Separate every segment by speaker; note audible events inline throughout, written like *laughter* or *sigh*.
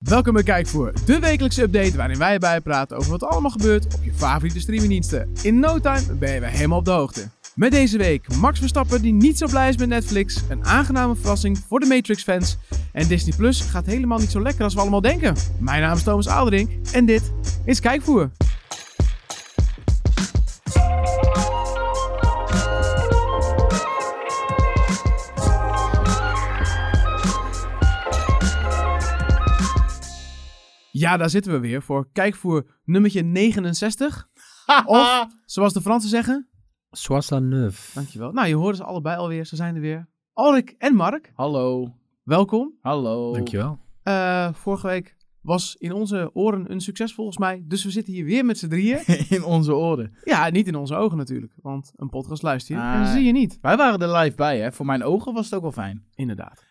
Speaker 1: Welkom bij Kijkvoer, de wekelijkse update waarin wij bijpraten over wat allemaal gebeurt op je favoriete streamingdiensten. In no time ben je weer helemaal op de hoogte. Met deze week Max Verstappen die niet zo blij is met Netflix, een aangename verrassing voor de Matrix-fans en Disney Plus gaat helemaal niet zo lekker als we allemaal denken. Mijn naam is Thomas Aldering en dit is Kijkvoer. Ja, daar zitten we weer voor kijkvoer nummertje 69. *laughs* of, zoals de Fransen zeggen.
Speaker 2: Soissonneuf.
Speaker 1: Dankjewel. Nou, je hoort ze allebei alweer. Ze zijn er weer. Alrik en Mark,
Speaker 3: Hallo,
Speaker 1: welkom.
Speaker 3: hallo.
Speaker 2: Dankjewel.
Speaker 1: Eh, vorige week was in onze oren een succes volgens mij. Dus we zitten hier weer met z'n
Speaker 3: *laughs*
Speaker 1: drieën.
Speaker 3: *laughs* In onze oren.
Speaker 1: ja, niet in onze ogen natuurlijk. Want een podcast luister je en
Speaker 3: Ah.
Speaker 1: zie je niet.
Speaker 3: Wij waren er live bij, hè. Voor mijn ogen was het ook wel fijn.
Speaker 1: Inderdaad.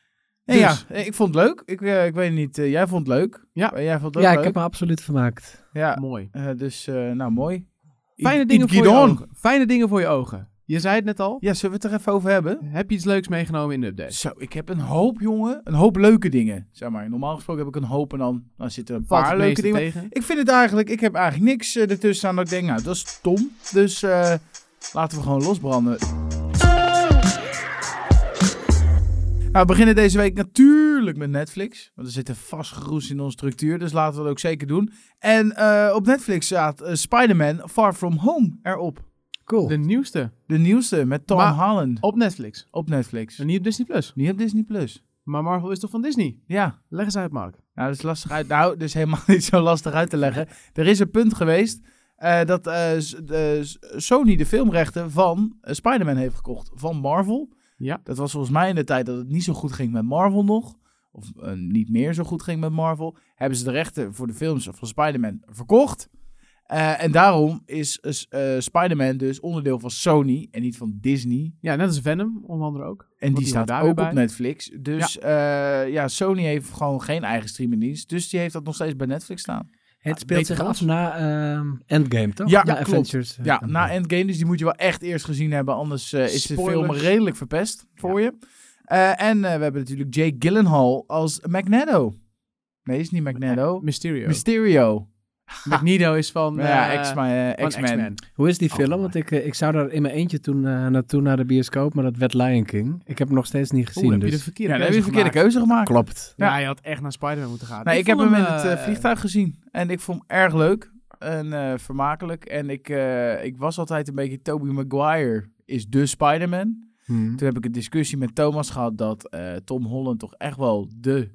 Speaker 3: Nee,
Speaker 1: Dus-
Speaker 3: Ja, ik vond het leuk. Ik, eh, ik weet niet, eh, jij vond het leuk.
Speaker 1: Ja.
Speaker 3: Eh, jij vond het ook
Speaker 2: Ja, ik
Speaker 3: leuk.
Speaker 2: heb me absoluut vermaakt.
Speaker 3: Ja,
Speaker 1: Mooi.
Speaker 3: eh, dus eh, nou, mooi.
Speaker 1: Fijne
Speaker 3: Iet-
Speaker 1: dingen
Speaker 3: Iet
Speaker 1: voor je
Speaker 3: Guidon.
Speaker 1: ogen. Fijne dingen voor je ogen. Je zei het net al.
Speaker 3: Ja, zullen we het er even over hebben?
Speaker 1: Heb je iets leuks meegenomen in de update?
Speaker 3: Zo, ik heb een hoop, jongen. Een hoop leuke dingen, zeg maar. Normaal gesproken heb ik een hoop en dan, dan zitten een
Speaker 1: Valt
Speaker 3: paar
Speaker 1: het
Speaker 3: leuke
Speaker 1: meeste
Speaker 3: dingen.
Speaker 1: tegen?
Speaker 3: Ik vind het eigenlijk, ik heb eigenlijk niks eh, ertussen aan dat ik denk, nou, dat is stom. Dus eh, laten we gewoon losbranden. Nou, we beginnen deze week natuurlijk met Netflix. Want er zit een vast geroes in onze structuur, dus laten we dat ook zeker doen. En eh, op Netflix staat eh, Spider-Man Far From Home erop.
Speaker 2: Cool.
Speaker 1: De nieuwste
Speaker 3: De nieuwste met Tom
Speaker 1: Maar-
Speaker 3: Holland
Speaker 1: op Netflix.
Speaker 3: op Netflix.
Speaker 1: En niet op Disney+. Plus.
Speaker 3: Niet op Disney+. Plus.
Speaker 1: Maar Marvel is toch van Disney?
Speaker 3: Ja,
Speaker 1: Leg eens uit, Mark.
Speaker 3: Nou, dat is lastig uit. Nou, dat is helemaal *laughs* niet zo lastig uit te leggen. Er is een punt geweest eh, dat eh, s- de- s- Sony de filmrechten van eh, Spider-Man heeft gekocht. Van Marvel.
Speaker 1: Ja.
Speaker 3: Dat was volgens mij in de tijd dat het niet zo goed ging met Marvel nog. Of eh, niet meer zo goed ging met Marvel. Hebben ze de rechten voor de films van Spider-Man verkocht. Eh, en daarom is eh, s- eh, Spider-Man dus onderdeel van Sony en niet van Disney.
Speaker 1: Ja, net als Venom, onder andere ook.
Speaker 3: En die
Speaker 1: die
Speaker 3: staat
Speaker 1: hoort daar
Speaker 3: ook
Speaker 1: weer
Speaker 3: op
Speaker 1: bij.
Speaker 3: Netflix. Dus ja. ja, Sony heeft gewoon geen eigen streamingdienst. Dus die heeft dat nog steeds bij Netflix staan.
Speaker 2: het
Speaker 1: beter
Speaker 2: speelt zich
Speaker 1: dan
Speaker 2: af
Speaker 1: ons.
Speaker 2: na ehm, Endgame, toch?
Speaker 3: Ja,
Speaker 2: na
Speaker 3: klopt.
Speaker 2: Avengers. eh,
Speaker 3: Ja,
Speaker 2: Endgame.
Speaker 3: na Endgame. Dus die moet je wel echt eerst gezien hebben. Anders eh, is de film
Speaker 1: Spoilers.
Speaker 3: redelijk verpest voor je. Eh, en eh, we hebben natuurlijk Jake Gyllenhaal als Magneto. Nee, is niet Magneto.
Speaker 1: Mysterio.
Speaker 3: Mysterio.
Speaker 1: Magneto is van,
Speaker 3: ja,
Speaker 1: eh,
Speaker 3: X-Men. eh,
Speaker 1: van
Speaker 3: X-Men.
Speaker 1: X-Men.
Speaker 2: Hoe is die
Speaker 1: Oh,
Speaker 2: film?
Speaker 1: mooi.
Speaker 2: Want ik, eh, ik zou daar in mijn eentje toen eh, naartoe naar de bioscoop, maar dat werd Lion King. Ik heb hem nog steeds niet
Speaker 1: Oeh,
Speaker 2: gezien.
Speaker 1: heb je
Speaker 2: dus.
Speaker 1: de verkeerde
Speaker 3: Ja, dan heb je
Speaker 1: keuze
Speaker 3: een verkeerde
Speaker 1: gemaakt.
Speaker 3: keuze gemaakt.
Speaker 2: Klopt.
Speaker 3: keuze.
Speaker 1: Ja, je had echt naar Spider-Man moeten gaan.
Speaker 3: Nee, ik, heb
Speaker 1: vond
Speaker 3: hem in het eh,
Speaker 1: eh,
Speaker 3: vliegtuig gezien. En ik vond hem erg leuk. En eh, vermakelijk. En ik, eh, ik was altijd een beetje Tobey Maguire is de Spider-Man.
Speaker 2: Hmm.
Speaker 3: Toen heb ik een discussie met Thomas gehad dat eh, Tom Holland toch echt wel de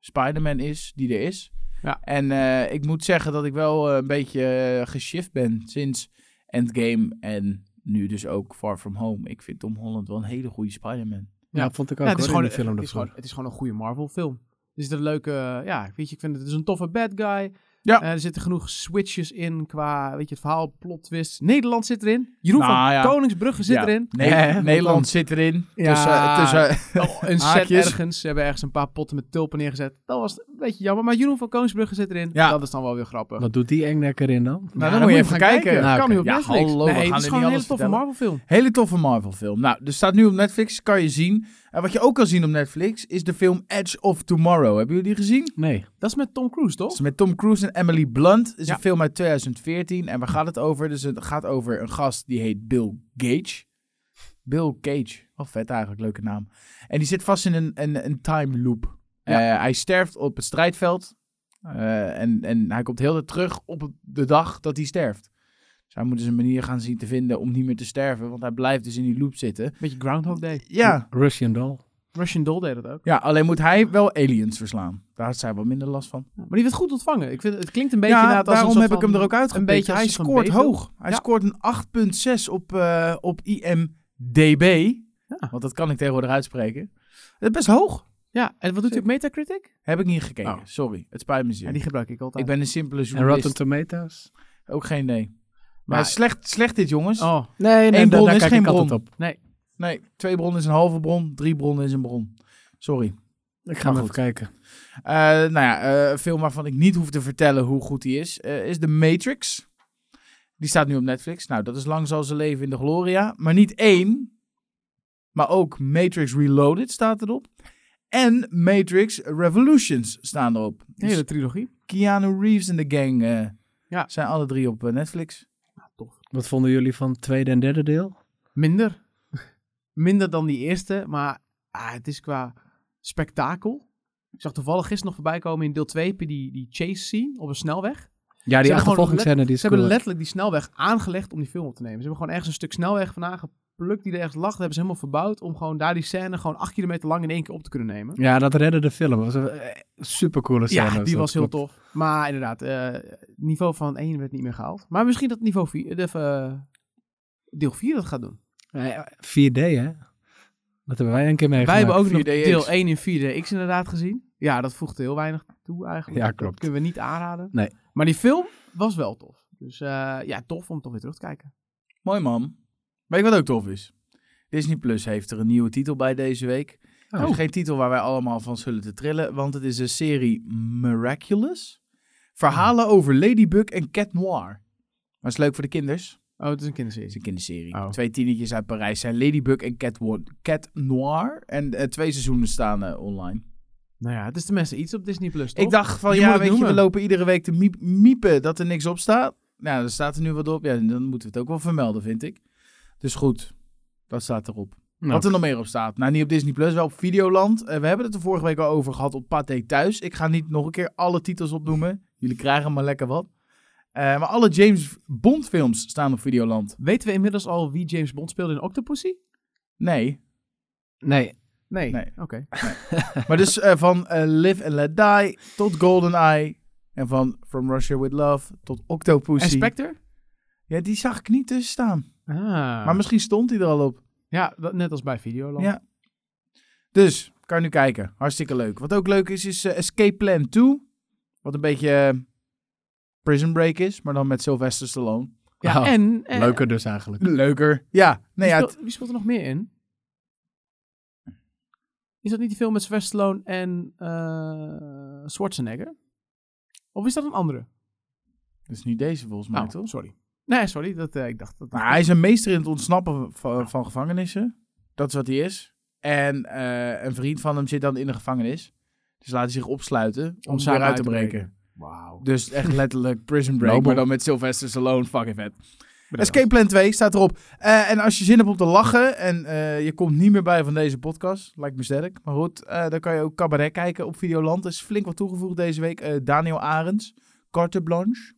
Speaker 3: Spider-Man is die er is.
Speaker 1: Ja.
Speaker 3: En eh, ik moet zeggen dat ik wel eh, een beetje eh, geshift ben sinds Endgame en nu dus ook Far From Home. Ik vind Tom Holland wel een hele goede Spider-Man.
Speaker 2: Ja,
Speaker 1: Ja.
Speaker 2: vond ik ook
Speaker 1: Ja, het, is
Speaker 2: hoor,
Speaker 1: gewoon,
Speaker 2: in die film
Speaker 1: het, is
Speaker 2: daarvoor.
Speaker 1: gewoon, het is gewoon een goede Marvel-film. Er zit een leuke, eh, ja, weet je, ik vind het, het is een toffe bad guy.
Speaker 3: Ja.
Speaker 1: Eh, er zitten genoeg switches in qua, weet je, het verhaal, plot twist. Nederland zit erin. Jeroen
Speaker 3: Nou,
Speaker 1: van
Speaker 3: ja.
Speaker 1: Koningsbrugge zit
Speaker 3: Ja.
Speaker 1: erin.
Speaker 3: Nee,
Speaker 2: Hè? Wat dan?
Speaker 3: Nederland zit erin.
Speaker 1: Ja.
Speaker 3: Tussen, eh, tussen,
Speaker 1: Oh, een set
Speaker 3: Haakjes.
Speaker 1: ergens. Ze hebben ergens een paar potten met tulpen neergezet. Dat was een beetje jammer. Maar Jeroen van Koningsbrugge zit erin.
Speaker 3: Ja.
Speaker 1: Dat is dan wel weer grappig.
Speaker 2: Wat doet die engnek erin dan?
Speaker 3: Nou, dan, moet je even kijken.
Speaker 1: Dat
Speaker 2: Nou,
Speaker 1: kan niet op
Speaker 3: oké. Ja,
Speaker 1: Netflix.
Speaker 3: hallo, we
Speaker 1: nee,
Speaker 3: gaan
Speaker 1: het is
Speaker 3: er
Speaker 1: gewoon een hele
Speaker 3: niet alles
Speaker 1: toffe
Speaker 3: vertellen.
Speaker 1: Marvel film.
Speaker 3: Hele toffe Marvel-film. Nou, er staat nu op Netflix, kan je zien. En wat je ook kan zien op Netflix is de film Edge of Tomorrow. Hebben jullie die gezien?
Speaker 2: Nee.
Speaker 1: Dat is met Tom Cruise,
Speaker 3: Dat
Speaker 1: toch?
Speaker 3: is Dus met Tom Cruise en Emily Blunt. Het is
Speaker 1: Ja.
Speaker 3: een film uit 2014. En waar gaat het over? Dus het gaat over een gast die heet Bill Gage. Bill Cage. Wel vet eigenlijk, leuke naam. En die zit vast in een, een, een time loop.
Speaker 1: Ja.
Speaker 3: Eh, hij sterft op het strijdveld. Eh, en, en hij komt heel de terug op het- de dag dat hij sterft. Dus hij moet dus een manier gaan zien te vinden om niet meer te sterven. Want hij blijft dus in die loop zitten.
Speaker 1: Beetje Groundhog Day.
Speaker 3: Ja,
Speaker 2: Russian Doll.
Speaker 1: Russian Doll deed dat ook.
Speaker 3: ja alleen moet hij wel aliens verslaan. Daar had zij wel minder last van.
Speaker 1: Maar die werd goed ontvangen. Ik vind, het klinkt een beetje
Speaker 3: ja,
Speaker 1: inderdaad als een
Speaker 3: daarom
Speaker 1: soort
Speaker 3: heb ik hem
Speaker 1: van-
Speaker 3: er ook uitgepikt.
Speaker 1: een beetje als
Speaker 3: hij
Speaker 1: een soort
Speaker 3: scoort
Speaker 1: B-film.
Speaker 3: hoog. Hij
Speaker 1: Ja.
Speaker 3: scoort een 8,6 op, eh, op IMDB.
Speaker 1: Ja.
Speaker 3: Want dat kan ik tegenwoordig uitspreken. Dat is best hoog.
Speaker 1: Ja, en wat doet hij op Metacritic?
Speaker 3: Heb ik niet gekeken.
Speaker 1: Oh.
Speaker 3: Sorry, het spijt me zeer.
Speaker 1: Ja, die gebruik ik altijd.
Speaker 3: ik ben een simpele
Speaker 2: En Rotten
Speaker 3: journalist.
Speaker 2: Tomatoes?
Speaker 3: Ook geen nee. Maar
Speaker 1: Maar-
Speaker 3: slecht, slecht dit, jongens.
Speaker 1: Oh,
Speaker 2: Nee, nee
Speaker 3: Eén
Speaker 2: daar,
Speaker 3: bron
Speaker 2: daar
Speaker 3: is
Speaker 2: kijk
Speaker 3: geen
Speaker 2: ik altijd
Speaker 3: bron.
Speaker 2: op.
Speaker 3: Nee, twee bronnen is een halve bron. Drie bronnen is een bron. Sorry.
Speaker 2: Ik ga
Speaker 3: Maar
Speaker 2: hem even
Speaker 3: goed.
Speaker 2: kijken.
Speaker 3: Eh, nou ja, eh, een film waarvan ik niet hoef te vertellen hoe goed die is, eh, is The Matrix. Die staat nu op Netflix. Nou, dat is lang zal ze leven in de gloria. Maar niet één, maar ook Matrix Reloaded staat erop. En Matrix Revolutions staan erop.
Speaker 1: De
Speaker 3: Dus
Speaker 1: hele trilogie.
Speaker 3: Keanu Reeves en de gang eh,
Speaker 1: Ja.
Speaker 3: zijn alle drie op eh, Netflix.
Speaker 2: Wat vonden jullie van het tweede en derde deel?
Speaker 1: Minder. *laughs* Minder dan die eerste, maar ah, het is qua spektakel. Ik zag toevallig gisteren nog voorbij komen in deel 2 heb je die, die chase scene op een snelweg.
Speaker 2: Ja, die
Speaker 1: gewoon
Speaker 2: achtervolgingsscène die is
Speaker 1: Ze hebben
Speaker 2: cool.
Speaker 1: letterlijk die snelweg aangelegd om die film op te nemen. Ze hebben gewoon ergens een stuk snelweg vandaan geplukt die er ergens lag. Dat hebben ze helemaal verbouwd om gewoon daar die scène gewoon acht kilometer lang in één keer op te kunnen nemen.
Speaker 2: Ja, dat redde de film. Dat was een eh, supercoole scène.
Speaker 1: Ja,
Speaker 2: was
Speaker 1: die
Speaker 2: dat,
Speaker 1: was heel
Speaker 2: klopt.
Speaker 1: tof. Maar inderdaad, eh, niveau van 1 werd niet meer gehaald. Maar misschien dat niveau 4, de, eh, deel 4 dat gaat doen.
Speaker 2: Eh, 4D, hè? Dat hebben wij een keer
Speaker 1: Wij
Speaker 2: meegemaakt.
Speaker 1: hebben ook nog
Speaker 3: 4DX.
Speaker 1: deel 1 in 4DX inderdaad gezien. Ja, dat voegde heel weinig toe eigenlijk.
Speaker 2: Ja,
Speaker 1: Dat
Speaker 2: klopt.
Speaker 1: kunnen we niet aanraden.
Speaker 2: Nee.
Speaker 1: Maar die film was wel tof. Dus eh, ja, tof om toch weer terug te kijken.
Speaker 3: Mooi man. Weet je wat ook tof is? Disney Plus heeft er een nieuwe titel bij deze week.
Speaker 2: Oh.
Speaker 3: Dat Nou, is geen titel waar wij allemaal van zullen te trillen, want het is een serie Miraculous. Verhalen over Ladybug en Cat Noir. Maar is leuk voor de kinders.
Speaker 1: Oh, het is een
Speaker 3: Het
Speaker 1: kinderserie.
Speaker 3: is een kinderserie.
Speaker 1: Oh.
Speaker 3: Twee tienetjes uit Parijs zijn Ladybug en Cat, Wo- Cat Noir. En eh, twee seizoenen staan eh, online.
Speaker 1: Nou ja, het is tenminste iets op Disney+. Plus,
Speaker 3: Ik dacht van,
Speaker 1: Je moet
Speaker 3: ja,
Speaker 1: het
Speaker 3: weet je, we
Speaker 1: noemen.
Speaker 3: lopen iedere week te miep- miepen dat er niks op staat. Nou, er staat er nu wat op. Ja, dan moeten we het ook wel vermelden, vind ik. Dus goed, dat staat erop.
Speaker 2: Nou,
Speaker 3: Wat er nog meer op staat? Nou, niet op Disney Plus, wel op Videoland. Eh, we hebben het er vorige week al over gehad op Pathé Thuis. Ik ga niet nog een keer alle titels opnoemen. Jullie krijgen maar lekker wat. Eh, maar alle James Bond films staan op Videoland.
Speaker 1: Weten we inmiddels al wie James Bond speelde in Octopussy?
Speaker 3: Nee,
Speaker 2: Nee,
Speaker 1: Nee.
Speaker 3: Nee.
Speaker 1: Oké.
Speaker 3: Maar dus eh, van eh, Live and Let Die tot GoldenEye. En van From Russia With Love tot
Speaker 1: En
Speaker 3: Octopussy.
Speaker 1: Spectre?
Speaker 3: Ja, die zag ik niet tussen staan.
Speaker 1: Ah.
Speaker 3: Maar misschien stond hij er al op.
Speaker 1: ja, dat- net als bij Videoland.
Speaker 3: Ja. Dus, kan je nu kijken. Hartstikke leuk. Wat ook leuk is, is eh, Escape Plan 2. Wat een beetje eh, Prison Break is, maar dan met Sylvester Stallone.
Speaker 1: Ja,
Speaker 2: Oh,
Speaker 1: en... eh,
Speaker 2: leuker dus eigenlijk.
Speaker 3: Leuker. Ja, nee,
Speaker 1: Wie,
Speaker 3: ja,
Speaker 1: speelt, wie speelt er nog meer in? Is dat niet die film met Sylvester Stallone en eh, Schwarzenegger? Of is dat een andere?
Speaker 3: het- dat is niet deze volgens mij,
Speaker 1: Oh,
Speaker 3: toch?
Speaker 1: sorry. Nee, sorry. Dat, eh, ik dacht dat...
Speaker 3: Maar hij is een meester in het ontsnappen van, van gevangenissen. Dat is wat hij is. En eh, een vriend van hem zit dan in de gevangenis. Dus laat hij zich opsluiten om, ze
Speaker 1: samen
Speaker 3: eruit te breken.
Speaker 1: Wauw.
Speaker 3: Dus echt letterlijk Prison Break,
Speaker 2: Nobel.
Speaker 3: maar dan met Sylvester Stallone. Fucking vet. Escape Plan 2 staat erop. Eh, en als je zin hebt om te lachen en eh, je komt niet meer bij van deze podcast, lijkt me sterk. Maar goed, eh, dan kan je ook cabaret kijken op Videoland. Er is flink wat toegevoegd deze week. Eh, Daniel Arends, Carte Blanche.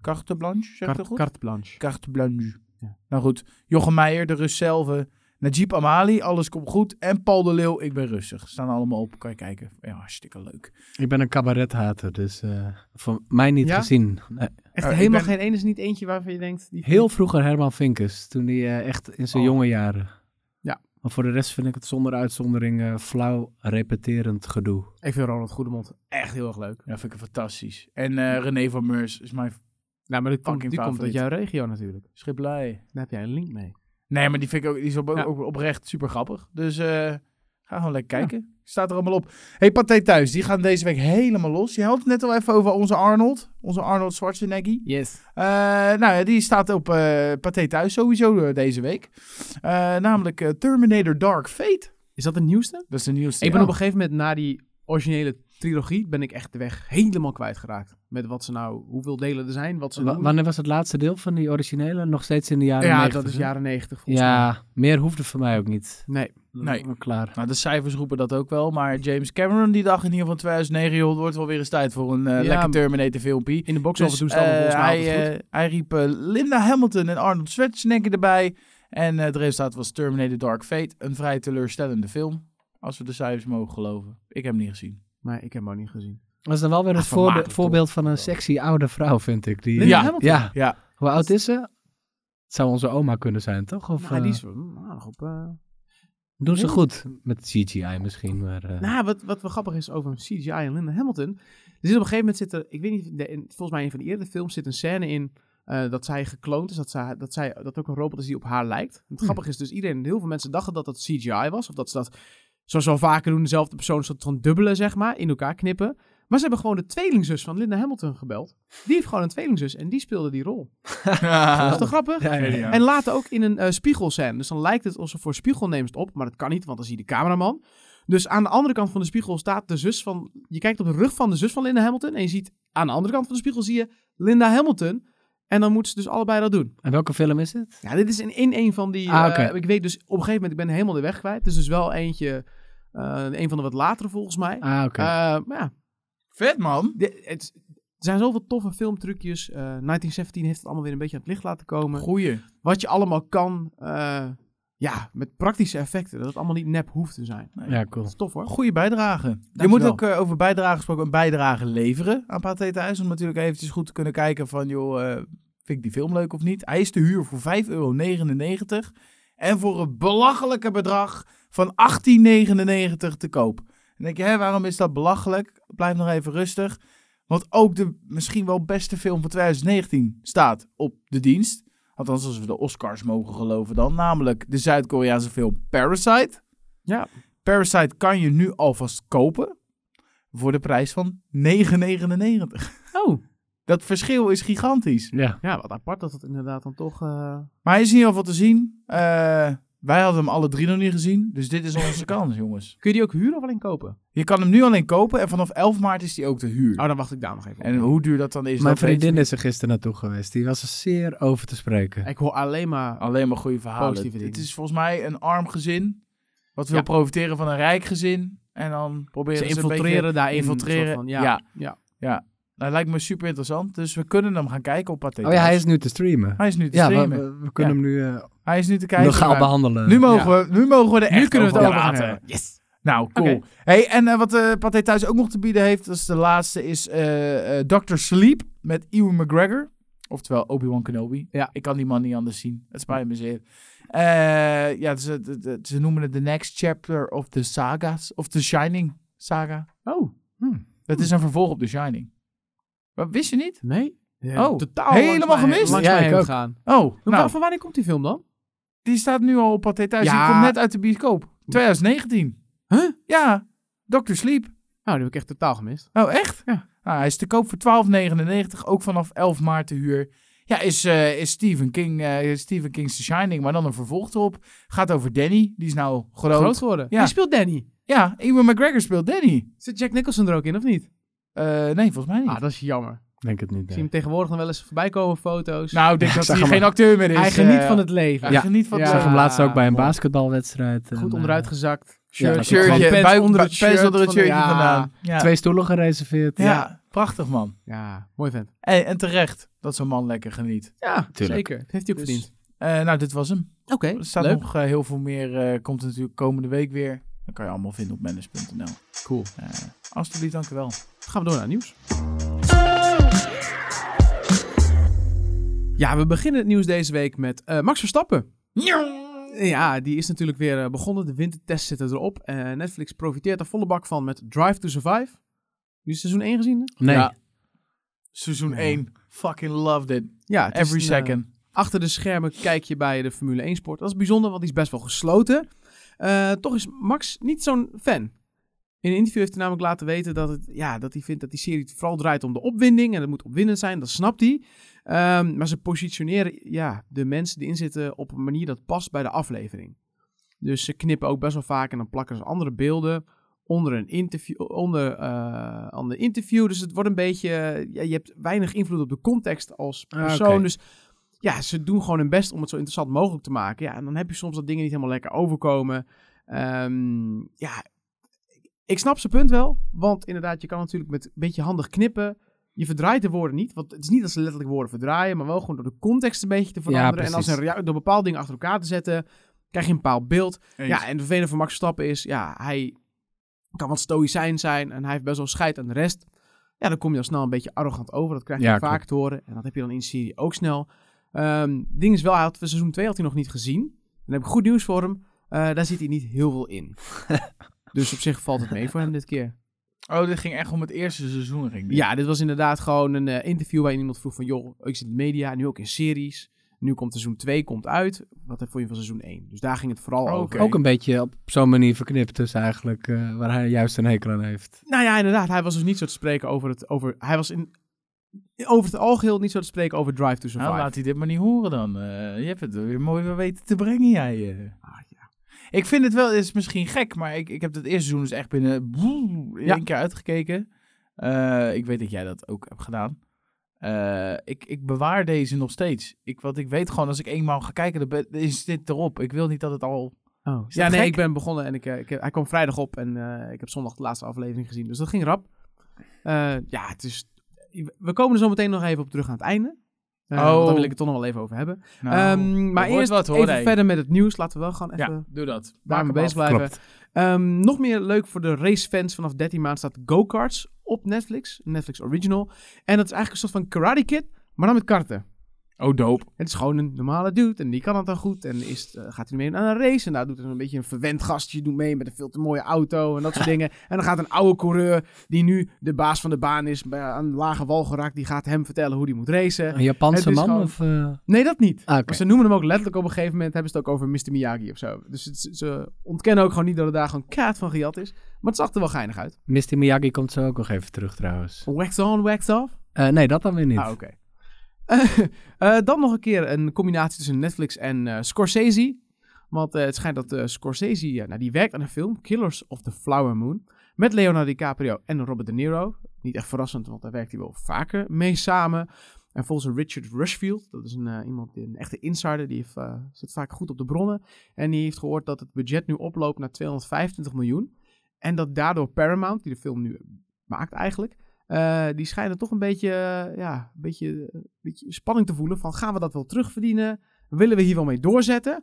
Speaker 3: Carte Blanche, zeg ik dat
Speaker 1: Carte,
Speaker 3: goed?
Speaker 1: carte blanche.
Speaker 3: Carte blanche.
Speaker 1: Ja.
Speaker 3: Nou goed, Jochem Meijer, de Rus zelf, eh, Najib Amali, alles komt goed. En Paul de Leeuw, ik ben rustig. Staan allemaal op, kan je kijken. Ja, hartstikke leuk.
Speaker 2: Ik ben een cabarethater, dus eh, voor mij niet
Speaker 1: Ja?
Speaker 2: gezien. Nee.
Speaker 1: Echt
Speaker 3: Eh, ik
Speaker 1: helemaal
Speaker 3: ben-
Speaker 1: geen één is niet eentje waarvan je denkt... Die
Speaker 2: Heel vroeger Herman Vinkes, toen hij eh, echt in zijn
Speaker 1: Oh.
Speaker 2: jonge jaren.
Speaker 1: Ja.
Speaker 2: Maar voor de rest vind ik het zonder uitzondering eh, flauw repeterend gedoe.
Speaker 1: Ik vind Ronald Goedemond echt heel erg leuk.
Speaker 3: Ja, vind ik fantastisch. En eh, René van Meurs is mijn
Speaker 1: Nou, maar dit komt,
Speaker 3: Fucking
Speaker 1: die komt uit
Speaker 3: favoriet.
Speaker 1: jouw regio natuurlijk.
Speaker 3: schiplei.
Speaker 1: Daar heb jij een link mee.
Speaker 3: Nee, maar die vind ik ook, die is op,
Speaker 1: Ja.
Speaker 3: ook oprecht super grappig. Dus eh, ga gewoon lekker kijken. Staat er allemaal op. hey, Pathé Thuis, die gaan deze week helemaal los. Je had het net al even over onze Arnold. Onze Arnold Schwarzenegger.
Speaker 1: Yes.
Speaker 3: Eh, nou ja, die staat op eh Pathé Thuis sowieso eh, deze week. Eh, namelijk eh, Terminator Dark Fate.
Speaker 1: Is dat de nieuwste?
Speaker 3: Dat is de nieuwste.
Speaker 1: Ik ben
Speaker 3: ja.
Speaker 1: op een gegeven moment na die originele trilogie ben ik echt de weg helemaal kwijtgeraakt. Met wat ze nou, hoeveel delen er zijn, wat ze
Speaker 2: Wa-
Speaker 1: doen.
Speaker 2: wanneer was het laatste deel van die originele? Nog steeds in de jaren
Speaker 1: ja,
Speaker 2: 90?
Speaker 1: dat is
Speaker 2: hè?
Speaker 1: jaren 90 volgens mij.
Speaker 2: Ja, meer hoefde voor mij ook niet.
Speaker 1: Nee.
Speaker 3: Nee.
Speaker 2: Maar Klaar.
Speaker 3: Nou, de cijfers roepen dat ook wel. Maar James Cameron die dacht in ieder geval 2009... joh, het wordt wel weer eens tijd voor een eh,
Speaker 1: Ja,
Speaker 3: lekker
Speaker 1: maar-
Speaker 3: Terminator filmpje.
Speaker 1: In de box
Speaker 3: Dus,
Speaker 1: office doen ze het allemaal
Speaker 3: eh,
Speaker 1: volgens mij
Speaker 3: hij,
Speaker 1: altijd goed.
Speaker 3: eh, hij riep eh, Linda Hamilton en Arnold Schwarzenegger erbij. En eh, het resultaat was Terminator Dark Fate. Een vrij teleurstellende film. Als we de cijfers mogen geloven. Ik heb hem niet
Speaker 1: *laughs*
Speaker 3: gezien.
Speaker 1: Maar ik heb hem ook niet gezien.
Speaker 2: Dat is dan wel weer
Speaker 1: Ah,
Speaker 2: een voorbe-
Speaker 1: vermakelijk,
Speaker 2: voorbeeld van een sexy oude vrouw, vind ik. Die,
Speaker 1: Linda
Speaker 3: Ja,
Speaker 1: Hamilton?
Speaker 2: ja.
Speaker 3: Ja.
Speaker 2: Hoe oud is ze? Het zou onze oma kunnen zijn, toch? Of,
Speaker 1: nou, die
Speaker 2: eh,
Speaker 1: is wel nou, nog op. eh.
Speaker 2: doen ze goed met CGI misschien, maar... eh,
Speaker 1: Nou, wat, wat wel grappig is over CGI en Linda Hamilton. Er zit op een gegeven moment zit er, ik weet niet, de- in- volgens mij in een van de eerdere films zit een scène in eh, dat zij gekloond is, dat, zij, dat, zij, dat ook een robot is die op haar lijkt. Het grappige is dus, iedereen, heel veel mensen dachten dat dat CGI was, of dat ze dat, zoals we al vaker doen, dezelfde persoon een soort van dubbelen, zeg maar, in elkaar knippen. Maar ze hebben gewoon de tweelingzus van Linda Hamilton gebeld. Die heeft gewoon een tweelingzus en die speelde die rol.
Speaker 3: Ah.
Speaker 1: Dat is toch grappig?
Speaker 2: ja, ja, ja.
Speaker 1: En later ook in een eh, spiegel zijn. Dus dan lijkt het alsof voor spiegel neemt het op, maar dat kan niet, want dan zie je de cameraman. Dus aan de andere kant van de spiegel staat de zus van. Je kijkt op de rug van de zus van Linda Hamilton. En je ziet aan de andere kant van de spiegel zie je Linda Hamilton. En dan moeten ze dus allebei dat doen.
Speaker 2: En welke film is het?
Speaker 1: Ja, dit is in, in een van die.
Speaker 2: Ah,
Speaker 1: eh,
Speaker 2: oké.
Speaker 1: ik weet dus op een gegeven moment, ik ben helemaal de weg kwijt. Dus dus wel eentje. eh, een van de wat latere volgens mij.
Speaker 2: Ah, oké.
Speaker 1: Eh, maar ja,
Speaker 3: Vet, man.
Speaker 1: dit- het, er zijn zoveel toffe filmtrucjes. Eh, 1917 heeft het allemaal weer een beetje aan het licht laten komen.
Speaker 3: Goeie.
Speaker 1: Wat je allemaal kan. eh, ja, met praktische effecten. Dat het allemaal niet nep hoeft te zijn.
Speaker 2: ja, cool.
Speaker 1: Dat is tof hoor.
Speaker 3: Goeie bijdrage. Je moet
Speaker 1: Dankjewel.
Speaker 3: ook eh, over bijdrage gesproken een bijdrage leveren aan Pathé Thuis. Om natuurlijk eventjes goed te kunnen kijken van, joh, eh, vind ik die film leuk of niet? Hij is te huur voor 5,99 euro. En voor een belachelijke bedrag van 18,99 te koop. En denk je, hè, waarom is dat belachelijk? Blijf nog even rustig. Want ook de misschien wel beste film van 2019 staat op de dienst. Althans, als we de Oscars mogen geloven dan. Namelijk de Zuid-Koreaanse film Parasite. Parasite kan je nu alvast kopen voor de prijs van 9,99.
Speaker 1: Oh.
Speaker 3: Dat verschil is gigantisch.
Speaker 2: Ja.
Speaker 1: Ja, wat apart dat het inderdaad dan toch. eh,
Speaker 3: Maar hij is in ieder geval te zien. Eh, wij hadden hem alle drie nog niet gezien, dus dit is onze kans, jongens.
Speaker 1: Kun je die ook huren of alleen kopen?
Speaker 3: Je kan hem nu alleen kopen en vanaf 11 maart is die ook te huur.
Speaker 1: Oh, dan wacht ik daar nog even. op.
Speaker 3: En hoe duur dat dan is,
Speaker 2: Mijn
Speaker 3: dat weet
Speaker 2: vriendin is er gisteren naartoe geweest. Die was er zeer over te spreken.
Speaker 1: Ik hoor alleen maar.
Speaker 3: ik- alleen maar goede verhalen.
Speaker 1: Positieve dingen.
Speaker 3: Het is volgens mij een arm gezin wat wil
Speaker 1: Ja.
Speaker 3: profiteren van een rijk gezin en dan proberen
Speaker 1: Ze
Speaker 3: ze,
Speaker 1: infiltreren
Speaker 3: een beetje...
Speaker 1: daarin.
Speaker 3: infiltreren,
Speaker 1: een soort van, ja.
Speaker 3: ja.
Speaker 1: ja.
Speaker 3: Nou, lijkt me super interessant, dus we kunnen hem gaan kijken op Pathé.
Speaker 2: Oh ja,
Speaker 3: Thuis.
Speaker 2: hij is nu te streamen.
Speaker 3: hij is nu te
Speaker 2: Ja, we,
Speaker 3: streamen.
Speaker 2: we- we kunnen hem nu eh,
Speaker 3: Hij is nu te kijken.
Speaker 2: legaal
Speaker 3: maar-
Speaker 2: behandelen.
Speaker 3: Nu mogen, we, nu mogen we er echt
Speaker 1: Eh, Nu kunnen we het
Speaker 3: over
Speaker 1: over gaan
Speaker 3: praten.
Speaker 1: hebben. Yes.
Speaker 3: Nou, cool.
Speaker 1: Oké.
Speaker 3: Hey, en eh, wat eh Pathé Thuis ook nog te bieden heeft, dat is de laatste, is eh, eh, Dr. Sleep met Ewan McGregor. Oftewel Obi-Wan Kenobi.
Speaker 1: Ja.
Speaker 3: Ik kan die man niet anders zien. Het spijt me zeer. Eh, ja, ze, de- de- ze noemen het The Next Chapter of the Sagas. Of The Shining Saga.
Speaker 1: Oh,
Speaker 3: Dat is een vervolg op The Shining. Wat, wist je niet?
Speaker 1: nee.
Speaker 3: Oh,
Speaker 1: totaal.
Speaker 3: helemaal
Speaker 1: langs mij-
Speaker 3: gemist?
Speaker 1: Langs
Speaker 2: Ja,
Speaker 1: mij
Speaker 2: ik
Speaker 1: heen
Speaker 2: ook.
Speaker 1: gaan.
Speaker 3: Oh,
Speaker 1: Maar
Speaker 3: nou,
Speaker 1: Van wanneer komt die film dan?
Speaker 3: die staat nu al op Pathé Thuis.
Speaker 1: Ja. Hm.
Speaker 3: Die komt net uit de bioscoop. 2019.
Speaker 1: Huh?
Speaker 3: Ja, Dr. Sleep.
Speaker 1: Nou, die heb ik echt totaal gemist.
Speaker 3: Oh, echt?
Speaker 1: Ja.
Speaker 3: Nou, hij is te koop voor 12,99, ook vanaf 11 maart te huur. Ja, is, eh, is Stephen, King, eh, is Stephen King's The Shining, maar dan een vervolg erop. Gaat over Danny, die is nou groot.
Speaker 1: Groot geworden.
Speaker 3: Ja.
Speaker 1: Wie speelt Danny?
Speaker 3: Ja, Ewan McGregor speelt Danny.
Speaker 1: Zit Jack Nicholson er ook in, of niet?
Speaker 3: Eh, nee, volgens mij niet.
Speaker 1: Ah, dat is jammer.
Speaker 2: Denk het niet.
Speaker 1: Ik
Speaker 2: nee.
Speaker 1: zie hem tegenwoordig nog wel eens voorbij komen, foto's.
Speaker 3: nou, ik denk dat hij
Speaker 2: zag hem
Speaker 3: geen acteur meer is.
Speaker 1: Hij geniet
Speaker 3: eh,
Speaker 1: van het leven.
Speaker 3: Hij geniet van
Speaker 1: Ja.
Speaker 2: Ik
Speaker 3: het eh,
Speaker 2: zag
Speaker 3: leven.
Speaker 2: hem laatst ook bij een
Speaker 3: Mooi.
Speaker 2: basketbalwedstrijd. en,
Speaker 1: Goed
Speaker 2: eh,
Speaker 1: onderuit gezakt.
Speaker 2: ja,
Speaker 1: Shirt,
Speaker 2: dat is
Speaker 1: gewoon
Speaker 3: Shirtje,
Speaker 1: pants
Speaker 3: buik-
Speaker 1: onder het
Speaker 3: pants
Speaker 1: shirt
Speaker 3: onder het
Speaker 1: van-
Speaker 3: shirtje
Speaker 1: ja.
Speaker 3: vandaan. Ja.
Speaker 2: Twee stoelen gereserveerd.
Speaker 3: ja.
Speaker 2: Ja,
Speaker 3: prachtig man.
Speaker 1: Ja, mooi vent.
Speaker 3: En, en terecht dat zo'n man lekker geniet.
Speaker 1: Ja,
Speaker 2: Tuurlijk.
Speaker 1: zeker. Heeft hij ook
Speaker 3: Dus-
Speaker 1: verdiend.
Speaker 3: Eh, nou, dit was hem.
Speaker 1: Oké,
Speaker 3: Er staat
Speaker 1: leuk.
Speaker 3: nog eh, heel veel meer. eh, komt er natuurlijk komende week weer. Dat kan je allemaal vinden op manage.nl.
Speaker 1: Cool.
Speaker 3: Eh alsjeblieft, dank u wel.
Speaker 1: Gaan we door naar het nieuws. Ja, we beginnen het nieuws deze week met eh, Max Verstappen. Ja, die is natuurlijk weer eh, begonnen. De wintertests zitten erop. Eh, Netflix profiteert er volle bak van met Drive to Survive. Jullie seizoen 1 gezien? hè?
Speaker 2: Nee.
Speaker 3: Ja. Seizoen 1. Fucking loved it.
Speaker 1: Ja, het is
Speaker 3: Every
Speaker 1: een, eh,
Speaker 3: second.
Speaker 1: achter de schermen kijk je bij de Formule 1 sport. Dat is bijzonder, want die is best wel gesloten. Eh, toch is Max niet zo'n fan. In een interview heeft hij namelijk laten weten dat, het, ja, dat hij vindt dat die serie het vooral draait om de opwinding. En dat moet opwindend zijn, dat snapt hij. Ehm, maar ze positioneren ja, de mensen die inzitten op een manier dat past bij de aflevering. Dus ze knippen ook best wel vaak en dan plakken ze andere beelden onder een interview. Onder, eh, onder interview. Dus het wordt een beetje. Ja, je hebt weinig invloed op de context als
Speaker 2: Ah,
Speaker 1: persoon.
Speaker 2: oké.
Speaker 1: Dus ja, ze doen gewoon hun best om het zo interessant mogelijk te maken. Ja, en dan heb je soms dat dingen niet helemaal lekker overkomen. Ehm, ja, ik snap zijn punt wel. Want inderdaad, je kan natuurlijk met een beetje handig knippen. Je verdraait de woorden niet. Want het is niet dat ze letterlijk woorden verdraaien. Maar wel gewoon door de context een beetje te veranderen. en als
Speaker 2: precies.
Speaker 1: een rea- door bepaalde dingen achter elkaar te zetten. krijg je een bepaald beeld. Ja, en het vervelende van Max Verstappen is, ja, hij kan wat stoïcijn zijn en hij heeft best wel scheid aan de rest. Ja, dan kom je al snel een beetje arrogant over. Dat krijg je
Speaker 2: Ja,
Speaker 1: vaak te horen. En dat heb je dan in de serie ook snel. Ehm ding is wel, hij had, seizoen 2 had hij nog niet gezien. Dan heb ik goed nieuws voor hem. Eh, daar zit hij niet heel veel in. dus op zich valt het mee voor hem dit keer.
Speaker 3: Oh, dit ging echt om het eerste seizoen. Ging dit.
Speaker 1: Ja, dit was inderdaad gewoon een eh, interview waarin iemand vroeg van... joh, ik zit in de media, nu ook in series. Nu komt seizoen 2 komt uit. Wat vond je van seizoen 1? Dus daar ging het vooral
Speaker 3: Oké.
Speaker 1: over.
Speaker 2: Ook een beetje op zo'n manier verknipt dus eigenlijk, eh, waar hij juist een hekel aan heeft.
Speaker 1: Nou ja, inderdaad. Hij was dus niet zo te spreken over het... Over, hij was in, over het algeheel niet zo te spreken over Drive to Survive.
Speaker 3: Nou, laat hij dit maar niet horen dan. Eh, je hebt het weer mooi weer weten te brengen, jij. eh.
Speaker 1: Ah, ja.
Speaker 3: Ik vind het wel, het is misschien gek, maar ik, ik heb dat eerste seizoen dus echt binnen boe, in
Speaker 1: Ja.
Speaker 3: één keer uitgekeken. Eh, ik weet dat jij dat ook hebt gedaan. Eh, ik, ik bewaar deze nog steeds. Ik, want ik weet gewoon, als ik eenmaal ga kijken, dan ben- is dit erop. Ik wil niet dat het al...
Speaker 1: Oh.
Speaker 3: Is
Speaker 1: Ja,
Speaker 3: dat
Speaker 1: nee,
Speaker 3: gek?
Speaker 1: ik ben begonnen en ik, eh, ik, heb- hij kwam vrijdag op en eh, ik heb zondag de laatste aflevering gezien. Dus dat ging rap. Eh, ja, het is... We komen er zo meteen nog even op terug aan het einde. Eh, want
Speaker 3: Oh.
Speaker 1: Daar wil ik het toch nog wel even over hebben.
Speaker 3: Nou,
Speaker 1: Ehm, maar
Speaker 3: er wordt
Speaker 1: eerst
Speaker 3: wat, hoor,
Speaker 1: even
Speaker 3: hey.
Speaker 1: verder met het nieuws. Laten we wel gewoon even
Speaker 3: ja, doe dat.
Speaker 1: daarmee
Speaker 3: hem
Speaker 1: bezig
Speaker 3: af.
Speaker 1: blijven. Ehm, nog meer leuk voor de racefans vanaf 13 maart staat Go-Karts op Netflix. Netflix Original. En dat is eigenlijk een soort van Karate Kid, maar dan met karten.
Speaker 3: Oh, dope.
Speaker 1: Het is gewoon een normale dude en die kan het dan goed. En is, eh, gaat hij mee aan een race en daar doet hij een beetje een verwend gastje. Doet mee met een veel te mooie auto en dat soort dingen. En dan gaat een oude coureur, die nu de baas van de baan is, bij- aan een lage wal geraakt. Die gaat hem vertellen hoe hij moet racen.
Speaker 2: Een Japanse
Speaker 1: eh, Het is
Speaker 2: man?
Speaker 1: gewoon-
Speaker 2: Of, eh,
Speaker 1: Nee, dat niet.
Speaker 2: ah, oké.
Speaker 1: Maar ze noemen hem ook letterlijk op een gegeven moment, hebben ze het ook over Mr. Miyagi of zo. Dus het, ze ontkennen ook gewoon niet dat het daar gewoon kaart van gejat is. Maar het zag er wel geinig uit.
Speaker 2: Mr. Miyagi komt zo ook nog even terug trouwens.
Speaker 1: Wax on, wax off.
Speaker 2: Eh, nee, dat dan weer niet.
Speaker 1: Ah, oké. *laughs* Eh, eh, dan nog een keer een combinatie tussen Netflix en eh, Scorsese. Want eh, het schijnt dat eh, Scorsese, eh, nou, die werkt aan een film, Killers of the Flower Moon. Met Leonardo DiCaprio en Robert De Niro. Niet echt verrassend, want daar werkt hij wel vaker mee samen. En volgens een Richard Rushfield, dat is een, eh, iemand, die- een echte insider, die heeft, eh, zit vaak goed op de bronnen. En die heeft gehoord dat het budget nu oploopt naar 225 miljoen. En dat daardoor Paramount, die de film nu maakt eigenlijk, eh, die schijnen toch een beetje, eh, ja, een beetje, een beetje spanning te voelen van gaan we dat wel terugverdienen? Willen we hier wel mee doorzetten?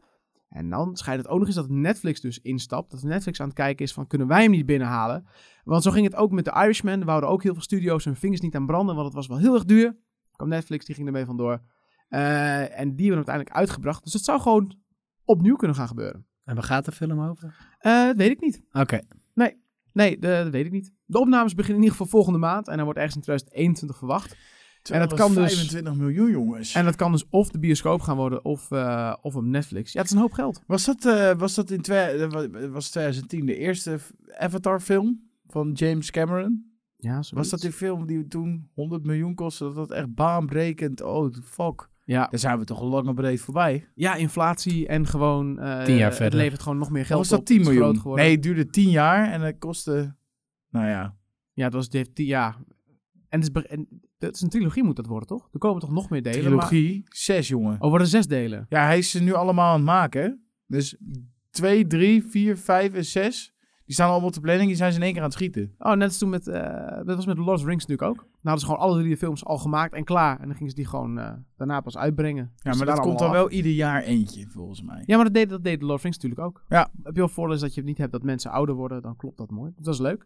Speaker 1: En dan schijnt het ook nog eens dat Netflix dus instapt. Dat Netflix aan het kijken is van kunnen wij hem niet binnenhalen? Want zo ging het ook met The Irishman. Er wouden ook heel veel studio's hun vingers niet aan branden, want het was wel heel erg duur. Kwam Netflix, die ging ermee vandoor. Eh, en die hebben hem uiteindelijk uitgebracht. Dus het zou gewoon opnieuw kunnen gaan gebeuren.
Speaker 2: En waar gaat de film over?
Speaker 1: Eh, dat weet ik niet.
Speaker 2: Oké.
Speaker 1: Nee, de- dat weet ik niet. De opnames beginnen in ieder geval volgende maand. En dan wordt ergens in 2021 verwacht. En dat kan dus-
Speaker 3: 25 miljoen, jongens.
Speaker 1: En dat kan dus of de bioscoop gaan worden of, eh, of op Netflix. Ja, het is een hoop geld.
Speaker 3: Was dat, eh, was dat in twee, eh, wa- was 2010 de eerste f- Avatar-film van James Cameron?
Speaker 1: Ja,
Speaker 3: Was dat die film die toen 100 miljoen kostte? Dat dat echt baanbrekend. Oh, fuck.
Speaker 1: Ja,
Speaker 3: Daar zijn we toch al lang en breed voorbij.
Speaker 1: ja, inflatie en gewoon... eh,
Speaker 2: Tien jaar
Speaker 1: Het
Speaker 2: verder.
Speaker 1: levert gewoon nog meer
Speaker 3: Of
Speaker 1: geld
Speaker 3: was dat
Speaker 1: op.
Speaker 3: 10
Speaker 1: Het is groot
Speaker 3: miljoen?
Speaker 1: geworden.
Speaker 3: Nee, het duurde 10 jaar en het kostte... Nou ja.
Speaker 1: Ja, het was dit, ja. En het is, be- en het is een trilogie moet dat worden, toch? Er komen toch nog meer delen? Maar,
Speaker 3: Trilogie. Zes, jongen.
Speaker 1: oh, worden zes delen.
Speaker 3: Ja, hij is ze nu allemaal aan het maken. Dus 2, 3, 4, 5 en 6. Die staan allemaal op de planning. Die zijn ze in één keer aan het schieten.
Speaker 1: Oh, net als toen met... eh, dat was met Lord of the Rings natuurlijk ook. Nou hadden ze gewoon alle drie de films al gemaakt en klaar. En dan gingen ze die gewoon eh, daarna pas uitbrengen. Dus
Speaker 3: Ja, maar
Speaker 1: daar
Speaker 3: dat
Speaker 1: allemaal
Speaker 3: komt dan
Speaker 1: af.
Speaker 3: wel ieder jaar eentje, volgens mij.
Speaker 1: Ja, maar dat deed, dat deed Lord of the Rings natuurlijk ook.
Speaker 3: Ja.
Speaker 1: Heb je wel voordeel is dat je het niet hebt dat mensen ouder worden, dan klopt dat mooi. Dus dat is leuk.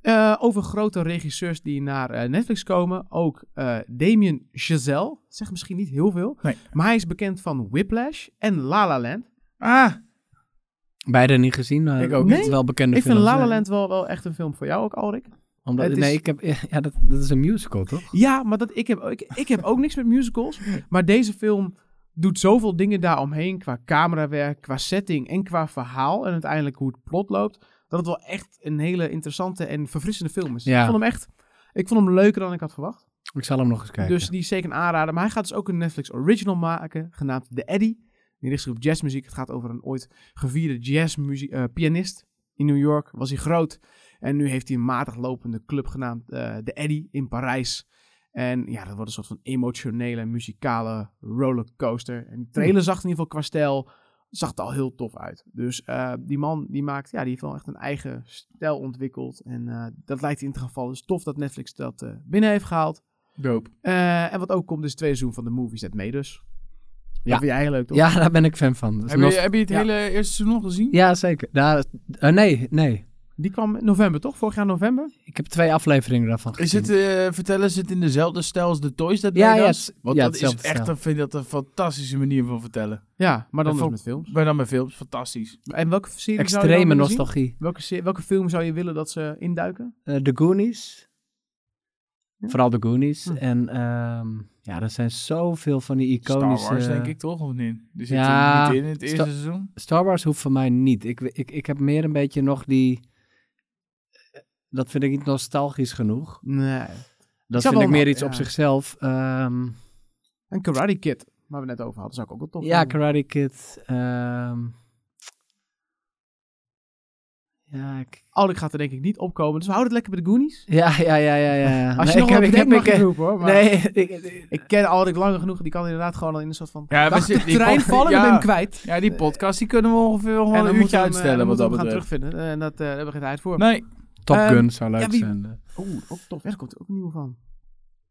Speaker 1: Eh, over grote regisseurs die naar eh, Netflix komen. Ook eh Damien Chazelle. Zegt misschien niet heel veel.
Speaker 3: Nee.
Speaker 1: Maar hij is bekend van Whiplash en La La Land.
Speaker 3: Ah,
Speaker 2: Beide niet gezien, maar
Speaker 3: Ik ook
Speaker 2: het
Speaker 1: niet.
Speaker 2: wel bekende
Speaker 1: ik vind
Speaker 2: films,
Speaker 1: La La
Speaker 2: hè?
Speaker 1: Land wel, wel echt een film voor jou ook, Alrik.
Speaker 2: Omdat,
Speaker 1: het
Speaker 2: Nee,
Speaker 1: is-
Speaker 2: ik heb... *laughs* Ja, dat, dat is een musical, toch?
Speaker 1: Ja, maar dat, ik, heb, ik, ik heb ook niks met musicals. *laughs* Maar deze film doet zoveel dingen daaromheen. Qua camerawerk, qua setting en qua verhaal. En uiteindelijk hoe het plot loopt. Dat het wel echt een hele interessante en verfrissende film is.
Speaker 2: Ja.
Speaker 1: Ik vond hem echt... Ik vond hem leuker dan ik had verwacht.
Speaker 2: Ik zal hem nog eens kijken.
Speaker 1: Dus die is zeker een aanrader. Maar hij gaat dus ook een Netflix original maken, genaamd The Eddy. Die richt zich op jazzmuziek. Het gaat over een ooit gevierde jazzmuziek, eh, pianist in New York. Was hij groot. En nu heeft hij een matig lopende club genaamd eh The Eddy in Parijs. En ja, dat wordt een soort van emotionele, muzikale rollercoaster. En de trailer zag er in ieder geval qua stijl, zag er al heel tof uit. Dus eh, die man, die maakt, ja, die heeft wel echt een eigen stijl ontwikkeld. En eh, dat lijkt in te gaan vallen. Dus tof dat Netflix dat eh, binnen heeft gehaald.
Speaker 3: Doop.
Speaker 1: Eh, en wat ook komt is het tweede seizoen van de Movies That Made Us. Ja. Dat vind jij heel leuk, toch?
Speaker 2: Ja, daar ben ik fan van. Dat is
Speaker 3: Heb je,
Speaker 2: nog-
Speaker 3: heb je het
Speaker 1: Dus Ja.
Speaker 3: hele eerste seizoen nog gezien?
Speaker 2: Ja, zeker. Daar- eh, nee, nee.
Speaker 1: Die kwam in november, toch? Vorig jaar november?
Speaker 2: Ik heb twee afleveringen daarvan gezien.
Speaker 3: Is het, eh, vertellen ze het in dezelfde stijl als de Toys That
Speaker 2: Ja,
Speaker 3: Made
Speaker 2: ja,
Speaker 3: Us?
Speaker 2: het-
Speaker 3: Want
Speaker 2: ja,
Speaker 3: dat is
Speaker 2: hetzelfde
Speaker 3: echt,
Speaker 2: stijl.
Speaker 3: een, vind ik dat een fantastische manier van vertellen.
Speaker 1: Ja, maar dan
Speaker 3: Dat
Speaker 1: dus
Speaker 3: vond-
Speaker 1: met films.
Speaker 3: Maar dan met films, fantastisch.
Speaker 1: En welke serie zou je
Speaker 2: Extreme
Speaker 1: dan willen zien?
Speaker 2: nostalgie.
Speaker 1: Welke, se- welke film zou je willen dat ze induiken?
Speaker 2: Eh, de Goonies.
Speaker 1: Ja.
Speaker 2: Vooral de Goonies.
Speaker 1: Hm.
Speaker 2: En ehm, ja, er zijn zoveel van die iconische...
Speaker 3: Star Wars
Speaker 1: eh,
Speaker 3: denk ik toch, of niet? Die zit
Speaker 2: ja,
Speaker 3: er niet in in het eerste
Speaker 2: Sta-
Speaker 3: seizoen.
Speaker 2: Star Wars hoeft voor mij niet. Ik, ik, ik heb meer een beetje nog die... Dat vind ik niet nostalgisch genoeg.
Speaker 1: Nee.
Speaker 2: Dat
Speaker 1: zou
Speaker 2: vind ik
Speaker 1: wel-
Speaker 2: meer iets op
Speaker 1: ja.
Speaker 2: zichzelf. Ehm,
Speaker 1: Een Karate Kid, waar we net over hadden, zou ik ook wel tof
Speaker 2: ja,
Speaker 1: vinden.
Speaker 2: Karate Kid. ehm, Ja, ik...
Speaker 1: Alec gaat er denk ik niet opkomen. Dus we houden het lekker bij de Goonies.
Speaker 2: ja, ja, ja, ja. ja.
Speaker 1: Als je
Speaker 2: Nee,
Speaker 1: nog wat bedenkt mag
Speaker 2: ik,
Speaker 1: je
Speaker 2: eh,
Speaker 1: het roepen hoor. maar Ehm,
Speaker 2: Nee, ik, ik-
Speaker 1: Ik ken Alrik lang genoeg. Die kan inderdaad gewoon al in een soort van
Speaker 3: Ja, we
Speaker 1: dag de
Speaker 3: zitten- die
Speaker 1: trein
Speaker 3: pod-
Speaker 1: vallen.
Speaker 3: ja.
Speaker 1: Ik ben hem kwijt.
Speaker 3: Ja, die podcast die kunnen we ongeveer wel een
Speaker 1: moeten we
Speaker 3: uurtje
Speaker 1: hem, eh,
Speaker 3: uitstellen
Speaker 1: dan
Speaker 3: wat
Speaker 1: moeten
Speaker 3: dat
Speaker 1: we hem gaan
Speaker 3: betreft.
Speaker 1: terugvinden. Eh, En dat eh, daar hebben we geen tijd voor.
Speaker 3: Nee.
Speaker 1: Top Ehm, Gun
Speaker 3: zou
Speaker 1: leuk ja, wie-
Speaker 2: eh.
Speaker 3: zijn.
Speaker 1: Oeh, ook tof. Ja, Daar komt er ook een nieuwe van.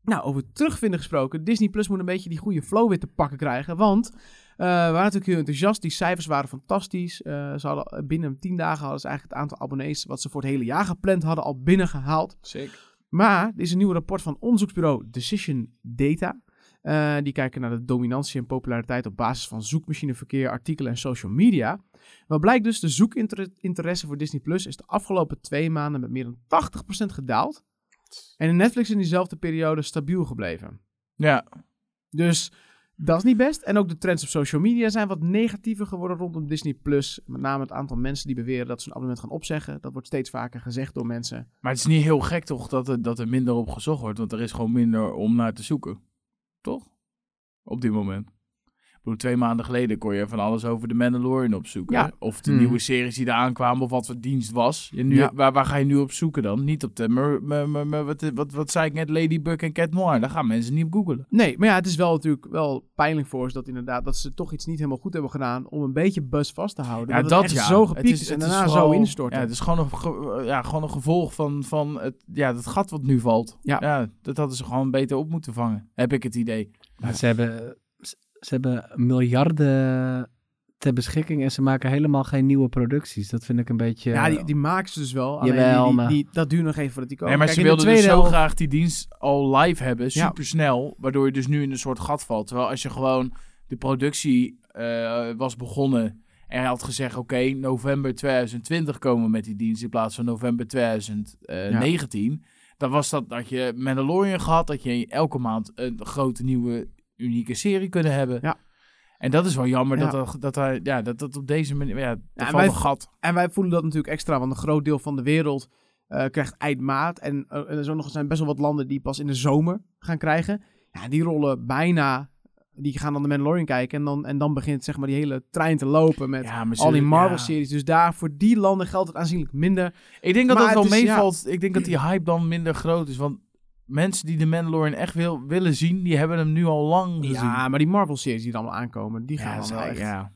Speaker 1: Nou, over terugvinden gesproken. Disney Plus moet een beetje die goede flow weer te pakken krijgen. Want eh, we waren natuurlijk heel enthousiast. Die cijfers waren fantastisch. Eh, ze hadden, binnen 10 dagen hadden ze eigenlijk het aantal abonnees... wat ze voor het hele jaar gepland hadden al binnengehaald.
Speaker 3: Zeker.
Speaker 1: Maar er is een nieuw rapport van onderzoeksbureau Decision Data. Eh, die kijken naar de dominantie en populariteit op basis van zoekmachineverkeer, artikelen en social media. Wat blijkt dus, de zoekinteresse voor Disney Plus is de afgelopen twee maanden met meer dan 80% gedaald. En de Netflix in diezelfde periode stabiel gebleven.
Speaker 3: Ja,
Speaker 1: Dus dat is niet best. En ook de trends op social media zijn wat negatiever geworden rondom Disney Plus. Met name het aantal mensen die beweren dat ze een abonnement gaan opzeggen. Dat wordt steeds vaker gezegd door mensen.
Speaker 3: maar het is niet heel gek toch dat er, dat er minder op gezocht wordt, want er is gewoon minder om naar te zoeken. Toch? Op dit moment. Ik bedoel, twee maanden geleden kon je van alles over de Mandalorian opzoeken.
Speaker 1: Ja.
Speaker 3: Of de
Speaker 2: Hmm.
Speaker 3: nieuwe series die eraan kwamen, of wat voor dienst was. En nu,
Speaker 1: Ja.
Speaker 3: waar, waar ga je nu op zoeken dan? Niet op de... mer- mer- mer- mer- wat, wat, wat zei ik net? Ladybug en Cat Noir. Daar gaan mensen niet op googlen.
Speaker 1: Nee, maar ja, het is wel natuurlijk wel pijnlijk voor ze dat inderdaad dat ze toch iets niet helemaal goed hebben gedaan om een beetje buzz vast te houden.
Speaker 3: Ja,
Speaker 1: dat,
Speaker 3: dat,
Speaker 1: het echt
Speaker 3: ja.
Speaker 1: zo gepiekt
Speaker 3: Het
Speaker 1: is, en
Speaker 3: het
Speaker 1: daarna
Speaker 3: vooral-
Speaker 1: zo instorten.
Speaker 3: Ja, het is gewoon een, ge- ja, gewoon een gevolg van, van het, ja, dat gat wat nu valt.
Speaker 1: Ja.
Speaker 3: dat hadden ze gewoon beter op moeten vangen, heb ik het idee.
Speaker 2: Maar ze hebben, ze ze hebben miljarden ter beschikking en ze maken helemaal geen nieuwe producties. Dat vind ik een beetje...
Speaker 1: Ja, die, die maken ze dus wel. Alleen
Speaker 2: Jawel,
Speaker 1: die, die,
Speaker 2: maar-
Speaker 1: die- dat duurt nog even voordat die komen.
Speaker 3: nee, maar
Speaker 1: Kijk,
Speaker 3: ze
Speaker 1: in de
Speaker 3: wilden dus
Speaker 1: tweede
Speaker 3: heel
Speaker 1: helft-
Speaker 3: graag die dienst al live hebben, supersnel, waardoor je dus nu in een soort gat valt. Terwijl als je gewoon de productie eh, was begonnen en had gezegd, oké, november 2020 komen we met die dienst in plaats van november 2019, dan was dat dat je Mandalorian gehad, dat je elke maand een grote nieuwe unieke serie kunnen hebben.
Speaker 1: Ja.
Speaker 3: En dat is wel jammer
Speaker 1: Ja.
Speaker 3: dat, er- dat, hij, ja, dat dat op deze manier... Ja, er valt
Speaker 1: wij-
Speaker 3: een gat.
Speaker 1: En wij voelen dat natuurlijk extra, want een groot deel van de wereld eh, krijgt eindmaat. En, eh, en er zijn nog- zijn best wel wat landen die pas in de zomer gaan krijgen. Ja, die rollen bijna, die gaan dan de Mandalorian kijken. En dan, en dan begint zeg maar die hele trein te lopen met
Speaker 3: Ja, maar ze-
Speaker 1: al die
Speaker 3: ja.
Speaker 1: Marvel-series. Dus daar, voor die landen geldt het aanzienlijk minder.
Speaker 3: Ik denk dat
Speaker 1: Maar
Speaker 3: dat wel
Speaker 1: het is- ja.
Speaker 3: meevalt. Ik denk dat die hype dan minder groot is. Want mensen die de Mandalorian echt wil, willen zien, die hebben hem nu al lang gezien.
Speaker 1: Ja, maar die Marvel-series die er allemaal aankomen, die gaan dan wel
Speaker 3: zij-
Speaker 1: echt...
Speaker 3: ja.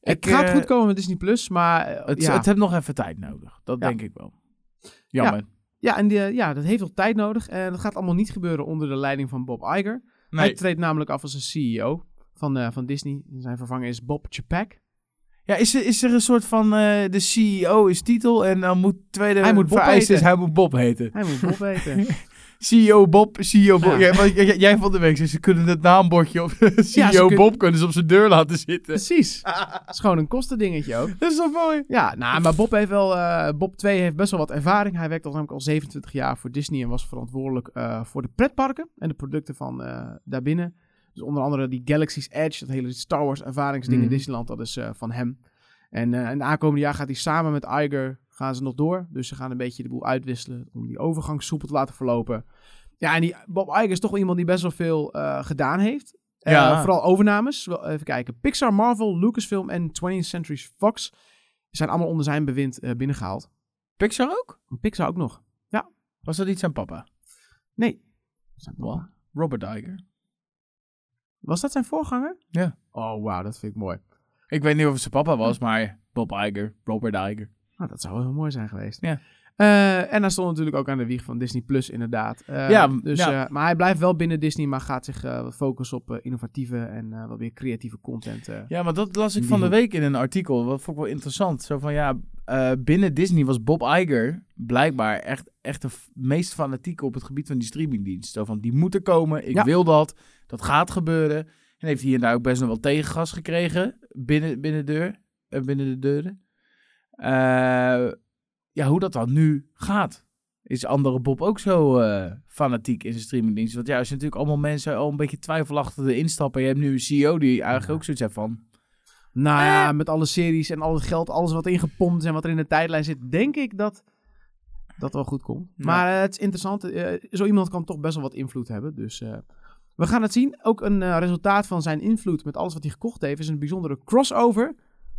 Speaker 1: Het
Speaker 3: Ik,
Speaker 1: gaat
Speaker 3: eh,
Speaker 1: goed komen met Disney+, Plus, maar eh,
Speaker 3: Het,
Speaker 1: ja.
Speaker 3: het heeft nog even tijd nodig. Dat
Speaker 1: Ja.
Speaker 3: denk ik wel. Jammer.
Speaker 1: ja, en die, eh, ja, dat heeft nog tijd nodig. En dat gaat allemaal niet gebeuren onder de leiding van Bob Iger. Hij
Speaker 3: Nee.
Speaker 1: treedt namelijk af als een CEO van, eh, van Disney. Zijn vervanger is Bob Chapek.
Speaker 3: Ja, is er, is er een soort van eh, de CEO is titel en dan moet tweede
Speaker 1: Hij moet Bob
Speaker 3: vereiste is
Speaker 1: heten.
Speaker 3: hij moet Bob heten.
Speaker 1: Hij moet Bob weten.
Speaker 3: CEO Bob, CEO Bob.
Speaker 1: Ja.
Speaker 3: Ja, want j- j- jij, van de week zei, ze kunnen het naambordje op CEO
Speaker 1: kunnen-
Speaker 3: Bob kunnen ze op zijn deur laten zitten.
Speaker 1: Precies. Het is gewoon een kostendingetje ook.
Speaker 3: Dat is toch mooi?
Speaker 1: Ja, nou, maar Bob heeft wel. eh, Bob 2 heeft best wel wat ervaring. Hij werkt al namelijk al 27 jaar voor Disney en was verantwoordelijk eh, voor de pretparken en de producten van eh, daarbinnen. Dus onder andere die Galaxy's Edge, dat hele Star Wars ervaringsding in
Speaker 2: Mhm.
Speaker 1: Disneyland, dat is eh, van hem. En eh in de aankomende jaar gaat hij samen met Iger gaan ze nog door. Dus ze gaan een beetje de boel uitwisselen om die overgang soepel te laten verlopen. Ja, en die Bob Iger is toch wel iemand die best wel veel eh, gedaan heeft. Eh,
Speaker 3: Ja.
Speaker 1: vooral overnames. Wel, even kijken. Pixar, Marvel, Lucasfilm en 20th Century Fox zijn allemaal onder zijn bewind eh, binnengehaald.
Speaker 3: Pixar ook?
Speaker 1: Pixar ook nog.
Speaker 3: Was dat iets aan papa?
Speaker 1: Nee.
Speaker 3: Wow. Robert Iger.
Speaker 1: Was dat zijn voorganger?
Speaker 3: Ja.
Speaker 1: Oh, wauw, dat vind ik mooi.
Speaker 3: Ik weet niet of het zijn papa was, maar Bob Iger, Robert Iger.
Speaker 1: Nou, dat zou wel heel mooi zijn geweest.
Speaker 3: Ja.
Speaker 1: Eh, en hij stond natuurlijk ook aan de wieg van Disney Plus, inderdaad. Eh,
Speaker 3: Ja,
Speaker 1: dus,
Speaker 3: ja.
Speaker 1: eh, maar hij blijft wel binnen Disney, maar gaat zich eh, wat focussen op eh, innovatieve en eh, wat weer creatieve content. eh.
Speaker 3: Ja, maar dat las ik
Speaker 1: Die
Speaker 3: van de
Speaker 1: hoe-
Speaker 3: week in een artikel. Wat vond ik wel interessant. Zo van ja, eh, binnen Disney was Bob Iger blijkbaar echt, echt de f- meest fanatieke op het gebied van die streamingdienst. Zo van die moeten komen, ik
Speaker 1: Ja.
Speaker 3: wil dat, dat gaat gebeuren. En heeft hier en daar ook best nog wel tegengas gekregen binnen, binnen, deur, eh, binnen de deuren. Eh, ja, hoe dat dan nu gaat. Is andere Bob ook zo eh, fanatiek in zijn streamingdienst? Want ja, als je natuurlijk allemaal mensen al een beetje twijfelachtig erin stappen. Je hebt nu een CEO die eigenlijk ook zoiets heeft van...
Speaker 1: Nou ja, met alle series en al het geld, alles wat ingepompt is en wat er in de tijdlijn zit, denk ik dat dat wel goed komt.
Speaker 3: Ja.
Speaker 1: Maar eh, het is interessant, eh, zo iemand kan toch best wel wat invloed hebben. Dus eh, we gaan het zien. Ook een eh, resultaat van zijn invloed met alles wat hij gekocht heeft, is een bijzondere crossover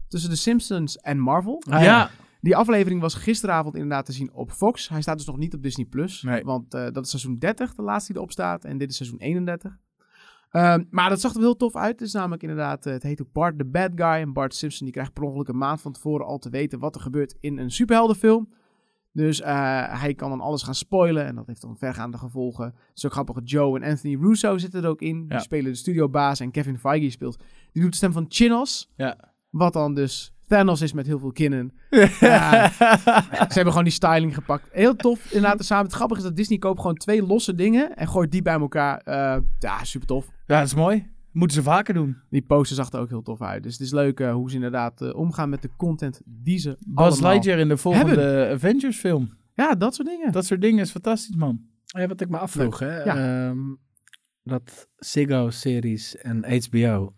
Speaker 1: tussen The Simpsons en Marvel.
Speaker 2: Ah,
Speaker 3: ja.
Speaker 1: Die aflevering was gisteravond inderdaad te zien op Fox. Hij staat dus nog niet op Disney+. Plus,
Speaker 3: Nee.
Speaker 1: Want eh, dat is seizoen 30, de laatste die erop staat. En dit is seizoen 31. Ehm, maar dat zag er wel heel tof uit. Het is namelijk inderdaad, eh, het heet ook Bart the Bad Guy. En Bart Simpson die krijgt per ongeluk een maand van tevoren al te weten wat er gebeurt in een superheldenfilm. Dus eh, hij kan dan alles gaan spoilen en dat heeft dan vergaande gevolgen. Het is ook grappig, Joe en Anthony Russo zitten er ook in. Die
Speaker 3: Ja.
Speaker 1: spelen de studiobaas en Kevin Feige speelt. Die doet de stem van Chinos.
Speaker 3: Ja.
Speaker 1: Wat dan dus Thanos is met heel veel
Speaker 3: *laughs*
Speaker 1: kinnen. Ja, ze hebben gewoon die styling gepakt. Heel tof. Inderdaad, te samen. Het grappige is dat Disney koopt gewoon twee losse dingen en gooit die bij elkaar. Eh, ja, super tof.
Speaker 3: ja, dat is mooi. Moeten ze vaker doen.
Speaker 1: Die poster zag er ook heel tof uit. Dus het is leuk eh, hoe ze inderdaad eh, omgaan met de content die ze
Speaker 3: Bas
Speaker 1: allemaal...
Speaker 3: Lightyear in de volgende Avengers film.
Speaker 1: Ja, dat soort dingen.
Speaker 3: Dat soort dingen is fantastisch, man.
Speaker 2: Ja, eh, wat ik me afvroeg, hè.
Speaker 1: Ja.
Speaker 2: ehm, dat Ziggo-series en HBO,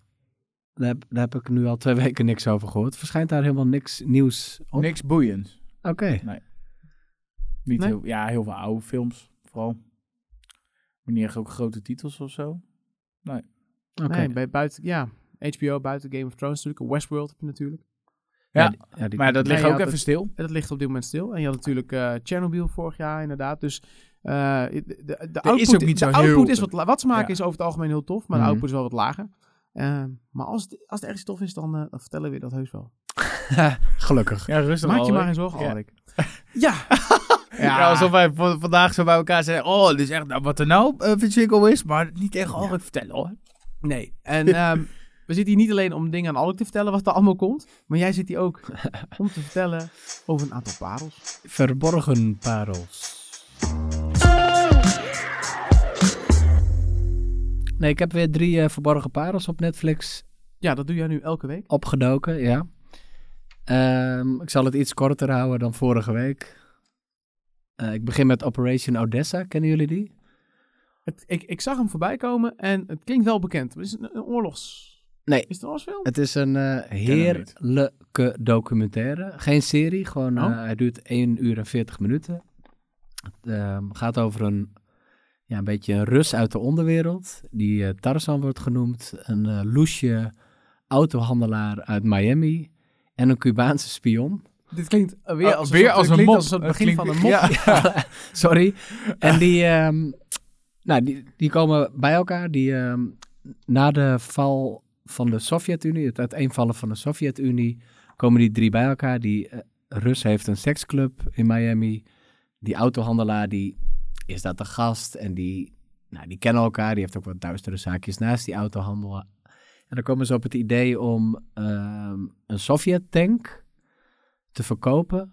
Speaker 2: daar heb, daar heb ik nu al twee *laughs* weken niks over gehoord. Verschijnt daar helemaal niks nieuws op?
Speaker 3: Niks boeiends.
Speaker 2: Oké.
Speaker 3: Niet
Speaker 1: Nee?
Speaker 3: heel, ja, heel veel oude films, vooral. Maar niet echt ook grote titels of zo.
Speaker 2: oké.
Speaker 1: Nee, bij buiten... Ja, HBO buiten Game of Thrones natuurlijk. Westworld heb je natuurlijk.
Speaker 3: Ja,
Speaker 2: die- ja, die-
Speaker 3: Maar dat
Speaker 1: Nee,
Speaker 3: ligt
Speaker 1: ja,
Speaker 3: ook
Speaker 1: dat-
Speaker 3: even stil.
Speaker 1: En dat ligt op dit moment stil. En je had natuurlijk eh Chernobyl vorig jaar inderdaad. Dus eh, de, de, de output,
Speaker 3: ook niet zo
Speaker 1: de output
Speaker 3: heel-
Speaker 1: is wat... la- Wat ze maken
Speaker 3: Ja.
Speaker 1: is over het algemeen heel tof, maar de
Speaker 2: Mhm.
Speaker 1: output is wel wat lager. Eh, maar als het, als het ergens tof is, dan, eh, dan vertellen we je dat heus wel.
Speaker 2: Gelukkig.
Speaker 3: Ja, rustig
Speaker 1: Maak je
Speaker 3: Alrik.
Speaker 1: maar geen zorgen,
Speaker 3: Ja.
Speaker 1: Alrik. Ja.
Speaker 3: Ja. alsof wij v- vandaag zo bij elkaar zeiden, oh, dit is echt nou, wat er nou eh, van Chico is, maar niet echt al vertellen hoor.
Speaker 1: Nee. En ehm, we zitten hier niet alleen om dingen aan Alk te vertellen wat er allemaal komt. Maar jij zit hier ook om te vertellen over een aantal parels.
Speaker 2: Verborgen parels. Nee, ik heb weer drie eh, verborgen parels op Netflix
Speaker 1: Ja, dat doe jij nu elke week.
Speaker 2: opgedoken, ja. Ehm, ik zal het iets korter houden dan vorige week. Eh, ik begin met Operation Odessa. Kennen jullie die?
Speaker 1: Het, ik, ik zag hem voorbij komen en het klinkt wel bekend. Het is een, een oorlogs...
Speaker 2: Nee.
Speaker 1: Is het een oorlogsfilm?
Speaker 2: Het is een eh,
Speaker 3: niet.
Speaker 2: heerlijke documentaire. Geen serie, gewoon eh,
Speaker 1: Oh.
Speaker 2: hij duurt 1 uur en 40 minuten. Het ehm, gaat over een, ja, een beetje een Rus uit de onderwereld, die eh, Tarzan wordt genoemd. Een eh loesje autohandelaar uit Miami en een Cubaanse spion.
Speaker 1: Dit klinkt eh, weer
Speaker 3: Oh,
Speaker 1: als,
Speaker 3: weer
Speaker 1: een, soort-
Speaker 3: als
Speaker 1: het
Speaker 3: een
Speaker 1: klinkt
Speaker 3: mop.
Speaker 1: als het
Speaker 3: Het
Speaker 1: begin
Speaker 3: klinkt-
Speaker 1: van een mop.
Speaker 2: *laughs*
Speaker 3: ja.
Speaker 2: Sorry. En die, ehm, nou, die, die komen bij elkaar. Die, ehm, na de val van de Sovjet-Unie, het uiteenvallen van de Sovjet-Unie, komen die drie bij elkaar. Die eh, Rus heeft een seksclub in Miami. Die autohandelaar die is daar de gast en die, nou, die kennen elkaar. Die heeft ook wat duistere zaakjes naast die autohandel. En dan komen ze op het idee om ehm, een Sovjet-tank te verkopen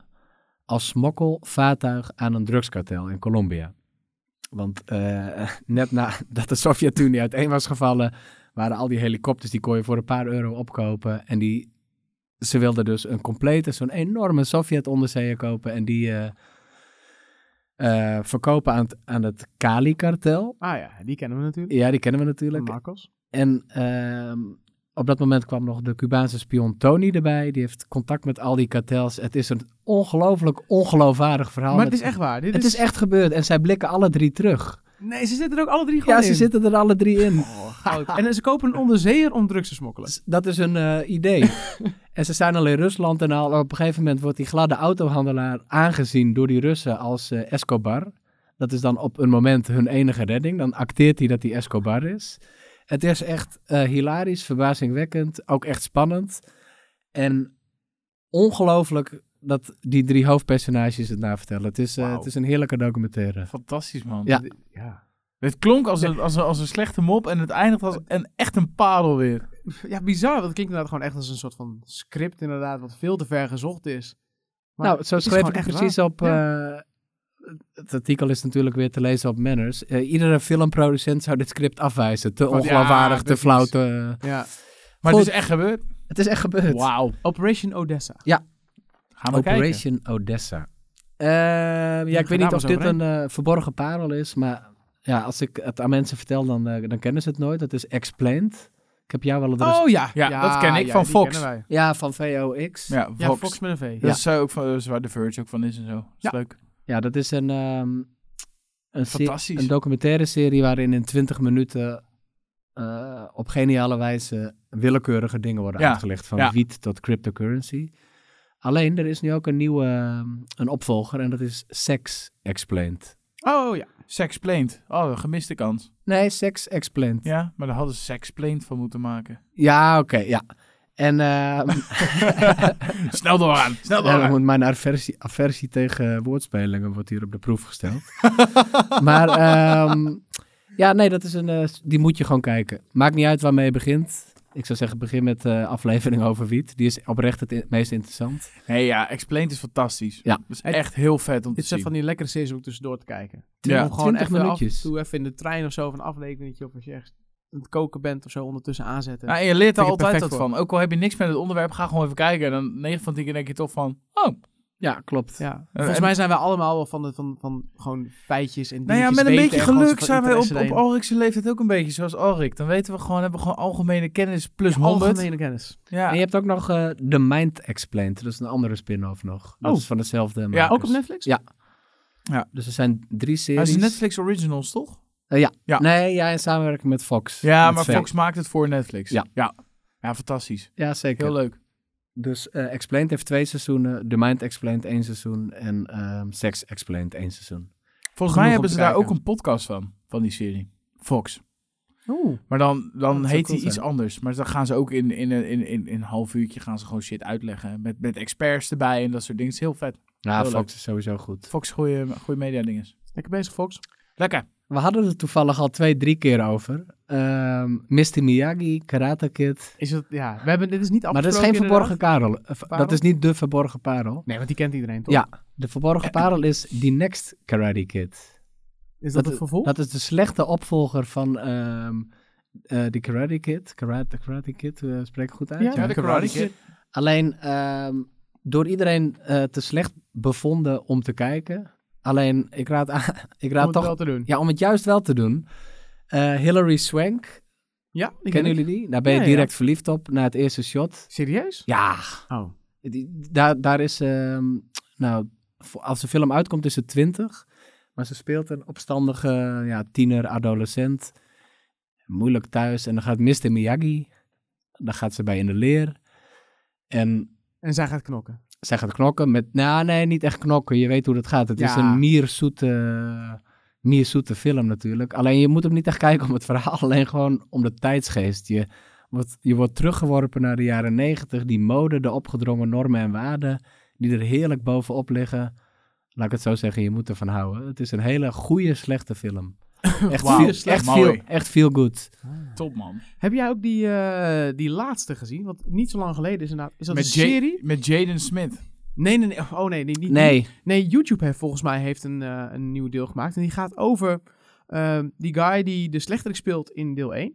Speaker 2: als smokkelvaartuig aan een drugskartel in Colombia. Want eh, *laughs* net nadat de Sovjet-Unie uiteen was gevallen, waren al die helikopters, die kon je voor een paar euro opkopen. En die, ze wilden dus een complete, zo'n enorme Sovjet-onderzeeër kopen en die eh, eh, verkopen aan het, aan het Kali-kartel.
Speaker 1: Ah ja, die kennen we natuurlijk.
Speaker 2: Ja, die kennen we
Speaker 1: Van
Speaker 2: natuurlijk.
Speaker 1: Marcos.
Speaker 2: En ehm, op dat moment kwam nog de Cubaanse spion Tony erbij. Die heeft contact met al die kartels. Het is een ongelooflijk ongeloofwaardig verhaal.
Speaker 1: Maar
Speaker 2: Met-
Speaker 1: het is echt waar. Dit
Speaker 2: het is echt gebeurd. En zij blikken alle drie terug.
Speaker 1: Nee, ze zitten er ook alle drie gewoon
Speaker 2: Ja, ze
Speaker 1: in.
Speaker 2: zitten er alle drie in.
Speaker 1: Oh, goud. en ze kopen een onderzeeër om drugs te smokkelen.
Speaker 2: S- Dat is een eh, idee. en ze zijn al in Rusland en al op een gegeven moment wordt die gladde autohandelaar aangezien door die Russen als eh, Escobar. Dat is dan op een moment hun enige redding. Dan acteert hij dat hij Escobar is. Het is echt eh, hilarisch, verbazingwekkend, ook echt spannend. En ongelooflijk dat die drie hoofdpersonages het navertellen. Het is, eh,
Speaker 1: Wauw.
Speaker 2: het is een heerlijke documentaire.
Speaker 3: Fantastisch, man.
Speaker 2: Ja.
Speaker 1: Ja.
Speaker 3: Het klonk als een, als, een, als een slechte mop en het eindigt als een, echt een parel weer.
Speaker 1: ja, bizar. Want het klinkt inderdaad gewoon echt als een soort van script inderdaad, wat veel te ver gezocht is. Maar
Speaker 2: nou, zo
Speaker 1: het is
Speaker 2: schreef ik
Speaker 1: gewoon
Speaker 2: het
Speaker 1: echt
Speaker 2: precies op. eh, het artikel is natuurlijk weer te lezen op Manners. Eh, iedere filmproducent zou dit script afwijzen. Te
Speaker 1: Want ja,
Speaker 2: ongeloofwaardig, te
Speaker 1: precies.
Speaker 2: flauw. Te...
Speaker 1: waar. Ja.
Speaker 3: Maar
Speaker 2: Goed.
Speaker 3: het is echt gebeurd.
Speaker 2: Het is echt gebeurd.
Speaker 3: Wauw.
Speaker 1: Operation Odessa.
Speaker 3: Gaan we kijken.
Speaker 2: Operation Odessa. Ehm, ja, ik
Speaker 1: gaan
Speaker 2: weet
Speaker 1: daar
Speaker 2: niet
Speaker 1: maar
Speaker 2: of
Speaker 1: zo
Speaker 2: dit een eh, verborgen parel is, maar ja, als ik het aan mensen vertel, dan, eh, dan kennen ze het nooit. Dat is Explained. Ik heb jou wel het rest-
Speaker 1: Oh ja.
Speaker 3: Ja, dat ken ik van
Speaker 1: die
Speaker 3: Fox.
Speaker 1: kennen wij.
Speaker 2: Ja, van VOX.
Speaker 3: Ja,
Speaker 1: Ja,
Speaker 3: Vox.
Speaker 1: Fox. met een V.
Speaker 3: Dat is zo ook van, dat is waar The Verge ook van is en zo. Dat is
Speaker 1: Ja.
Speaker 3: leuk.
Speaker 2: Ja, dat is een, ehm, een, se-
Speaker 3: Fantastisch.
Speaker 2: een documentaire serie waarin in 20 minuten eh, op geniale wijze willekeurige dingen worden
Speaker 3: Ja,
Speaker 2: uitgelegd. Van
Speaker 3: ja.
Speaker 2: wiet tot cryptocurrency. Alleen, er is nu ook een nieuwe ehm, een opvolger en dat is Sex Explained.
Speaker 1: Oh ja.
Speaker 3: Sexplained. Oh, een gemiste kans.
Speaker 2: Nee, Sex Explained. Ja,
Speaker 3: Ja, maar daar hadden ze Sexplained van moeten
Speaker 1: *laughs*
Speaker 3: maken.
Speaker 2: oké, ja.
Speaker 3: *laughs*
Speaker 2: En ehm,
Speaker 3: Snel doorgaan, snel
Speaker 2: Ja, dan
Speaker 3: doorgaan.
Speaker 2: eh, moet mijn aversie, aversie tegen woordspelingen wordt hier op de proef gesteld. maar
Speaker 1: eh,
Speaker 2: ehm, ja, nee, dat is een, eh, s- die moet je gewoon kijken. Maakt niet uit waarmee je begint. Ik zou zeggen, begin met de aflevering over wiet. Die is oprecht het i- meest interessant.
Speaker 3: Nee, ja, Explained is fantastisch.
Speaker 2: Ja.
Speaker 3: Dat is echt heel vet om te
Speaker 1: Dit zijn
Speaker 3: zien.
Speaker 1: van die lekkere series om tussendoor te kijken.
Speaker 3: Ja.
Speaker 1: Om gewoon
Speaker 2: 20
Speaker 1: even
Speaker 2: minuutjes.
Speaker 1: af en toe even in de trein of zo, of een afleveringetje of als je echt aan het koken bent of zo, ondertussen aanzetten.
Speaker 3: Nou, en je leert daar
Speaker 1: Vind ik
Speaker 3: altijd wat
Speaker 1: perfect
Speaker 3: van. Ook al heb je niks met het onderwerp, ga gewoon even kijken. En dan 9 van 10 keer denk je toch van, oh,
Speaker 2: Ja, klopt.
Speaker 1: Ja. Volgens
Speaker 3: en-
Speaker 1: mij zijn wij allemaal wel van, de, van, van gewoon feitjes en
Speaker 3: Nou ja,
Speaker 1: dingetjes
Speaker 3: met een
Speaker 1: weten
Speaker 3: beetje
Speaker 1: en gewoon
Speaker 3: geluk
Speaker 1: zo
Speaker 3: zijn
Speaker 1: van
Speaker 3: wij op,
Speaker 1: interesse
Speaker 3: op
Speaker 1: erin.
Speaker 3: Alrik's leeftijd ook een beetje zoals Alrik. Dan weten we gewoon, hebben we gewoon algemene kennis plus 100.
Speaker 1: algemene kennis.
Speaker 3: Ja.
Speaker 2: En je hebt ook nog eh The Mind Explained. Dat is een andere spin-off nog. Dat
Speaker 1: Oh.
Speaker 2: is van dezelfde
Speaker 3: Ja,
Speaker 2: makers.
Speaker 1: Ook op Netflix?
Speaker 2: Ja. Dus er zijn drie
Speaker 3: Hij
Speaker 2: series.
Speaker 3: Ah, is Netflix Originals, toch?
Speaker 2: Eh, ja.
Speaker 3: Ja.
Speaker 2: Nee, ja, in samenwerking met Fox.
Speaker 3: Ja,
Speaker 2: Met
Speaker 3: maar
Speaker 2: Fox.
Speaker 3: Fox maakt het voor Netflix.
Speaker 2: Ja.
Speaker 3: Ja, Ja, fantastisch.
Speaker 2: Ja, zeker.
Speaker 3: Heel leuk.
Speaker 2: Dus eh, Explained heeft twee seizoenen, The Mind Explained één seizoen en ehm, Sex Explained één seizoen.
Speaker 3: Volgens
Speaker 1: om
Speaker 3: mij hebben
Speaker 1: te
Speaker 3: ze daar ook
Speaker 1: kijken.
Speaker 3: een podcast van, van die serie. Fox.
Speaker 1: Oeh.
Speaker 3: Maar dan, dan
Speaker 2: zou
Speaker 3: heet
Speaker 2: cool
Speaker 3: hij iets
Speaker 2: zijn.
Speaker 3: anders. Maar dan gaan ze ook in, in, in, in, in een half uurtje gaan ze gewoon shit uitleggen. Met, met experts erbij en dat soort dingen. Het is heel vet.
Speaker 2: Ja,
Speaker 3: Heel
Speaker 2: Fox is sowieso goed.
Speaker 3: Fox, goede, goede media dinges.
Speaker 1: Lekker bezig, Fox.
Speaker 3: Lekker.
Speaker 2: We hadden het toevallig al twee, drie keer over. Ehm Misty Miyagi, Karate Kid.
Speaker 1: Is het, ja, we hebben, dit is niet afgesproken
Speaker 2: Maar dat is geen verborgen
Speaker 1: inderdaad.
Speaker 2: karel. Eh, v-
Speaker 1: Parel?
Speaker 2: Dat is niet de verborgen parel.
Speaker 1: Nee, want die kent iedereen toch?
Speaker 2: Ja, de verborgen parel is The Next Karate Kid.
Speaker 1: Is dat, het vervolg?
Speaker 2: Dat is de slechte opvolger van ehm eh The Karate Kid. Karate, Karate Kid, eh, spreek ik goed uit?
Speaker 1: Ja,
Speaker 3: Ja, de Karate Kid.
Speaker 2: Alleen ehm, door iedereen eh, te slecht bevonden om te kijken. Alleen ik raad, aan, *laughs* ik
Speaker 1: Om
Speaker 2: raad
Speaker 1: het
Speaker 2: toch
Speaker 1: wel te doen.
Speaker 2: ja, om het juist wel te doen. Eh, Hilary Swank,
Speaker 1: Ja, die ken
Speaker 2: kennen
Speaker 1: ik.
Speaker 2: jullie die? Daar ben je
Speaker 1: Ja, ja.
Speaker 2: direct verliefd op na het eerste shot.
Speaker 1: Serieus?
Speaker 2: Ja,
Speaker 1: Oh.
Speaker 2: die- daar, daar is, ehm, nou, voor- als de film uitkomt is ze twintig. Maar ze speelt een opstandige ja, tiener, adolescent. Moeilijk thuis. En dan gaat Mr. Miyagi, daar gaat ze bij in de leer. En
Speaker 1: En zij gaat knokken.
Speaker 2: zij gaat knokken met... Nou, nee, niet echt knokken. Je weet hoe dat gaat. Het is
Speaker 1: Ja.
Speaker 2: een mierzoete, mierzoete film natuurlijk. Alleen je moet hem niet echt kijken om het verhaal. *laughs* Alleen gewoon om de tijdsgeest. Je wordt, je wordt teruggeworpen naar de jaren negentig. Die mode, de opgedrongen normen en waarden... die er heerlijk bovenop liggen. Laat ik het zo zeggen, je moet ervan houden. Het is een hele goede, slechte film. Echt,
Speaker 3: Wauw,
Speaker 2: veel,
Speaker 3: slecht.
Speaker 2: echt, veel,
Speaker 3: Mooi.
Speaker 2: echt veel good.
Speaker 3: Top man.
Speaker 1: Heb jij ook die, eh, die laatste gezien? Want niet zo lang geleden is inderdaad... Is dat
Speaker 3: Met,
Speaker 1: een
Speaker 3: Ja-
Speaker 1: serie?
Speaker 3: met Jaden Smith.
Speaker 1: Nee, nee, nee. Oh nee, nee, niet,
Speaker 2: Nee,
Speaker 1: Nee, YouTube heeft volgens mij heeft een, eh, een nieuw deel gemaakt. En die gaat over ehm, die guy die de slechterik speelt in deel 1.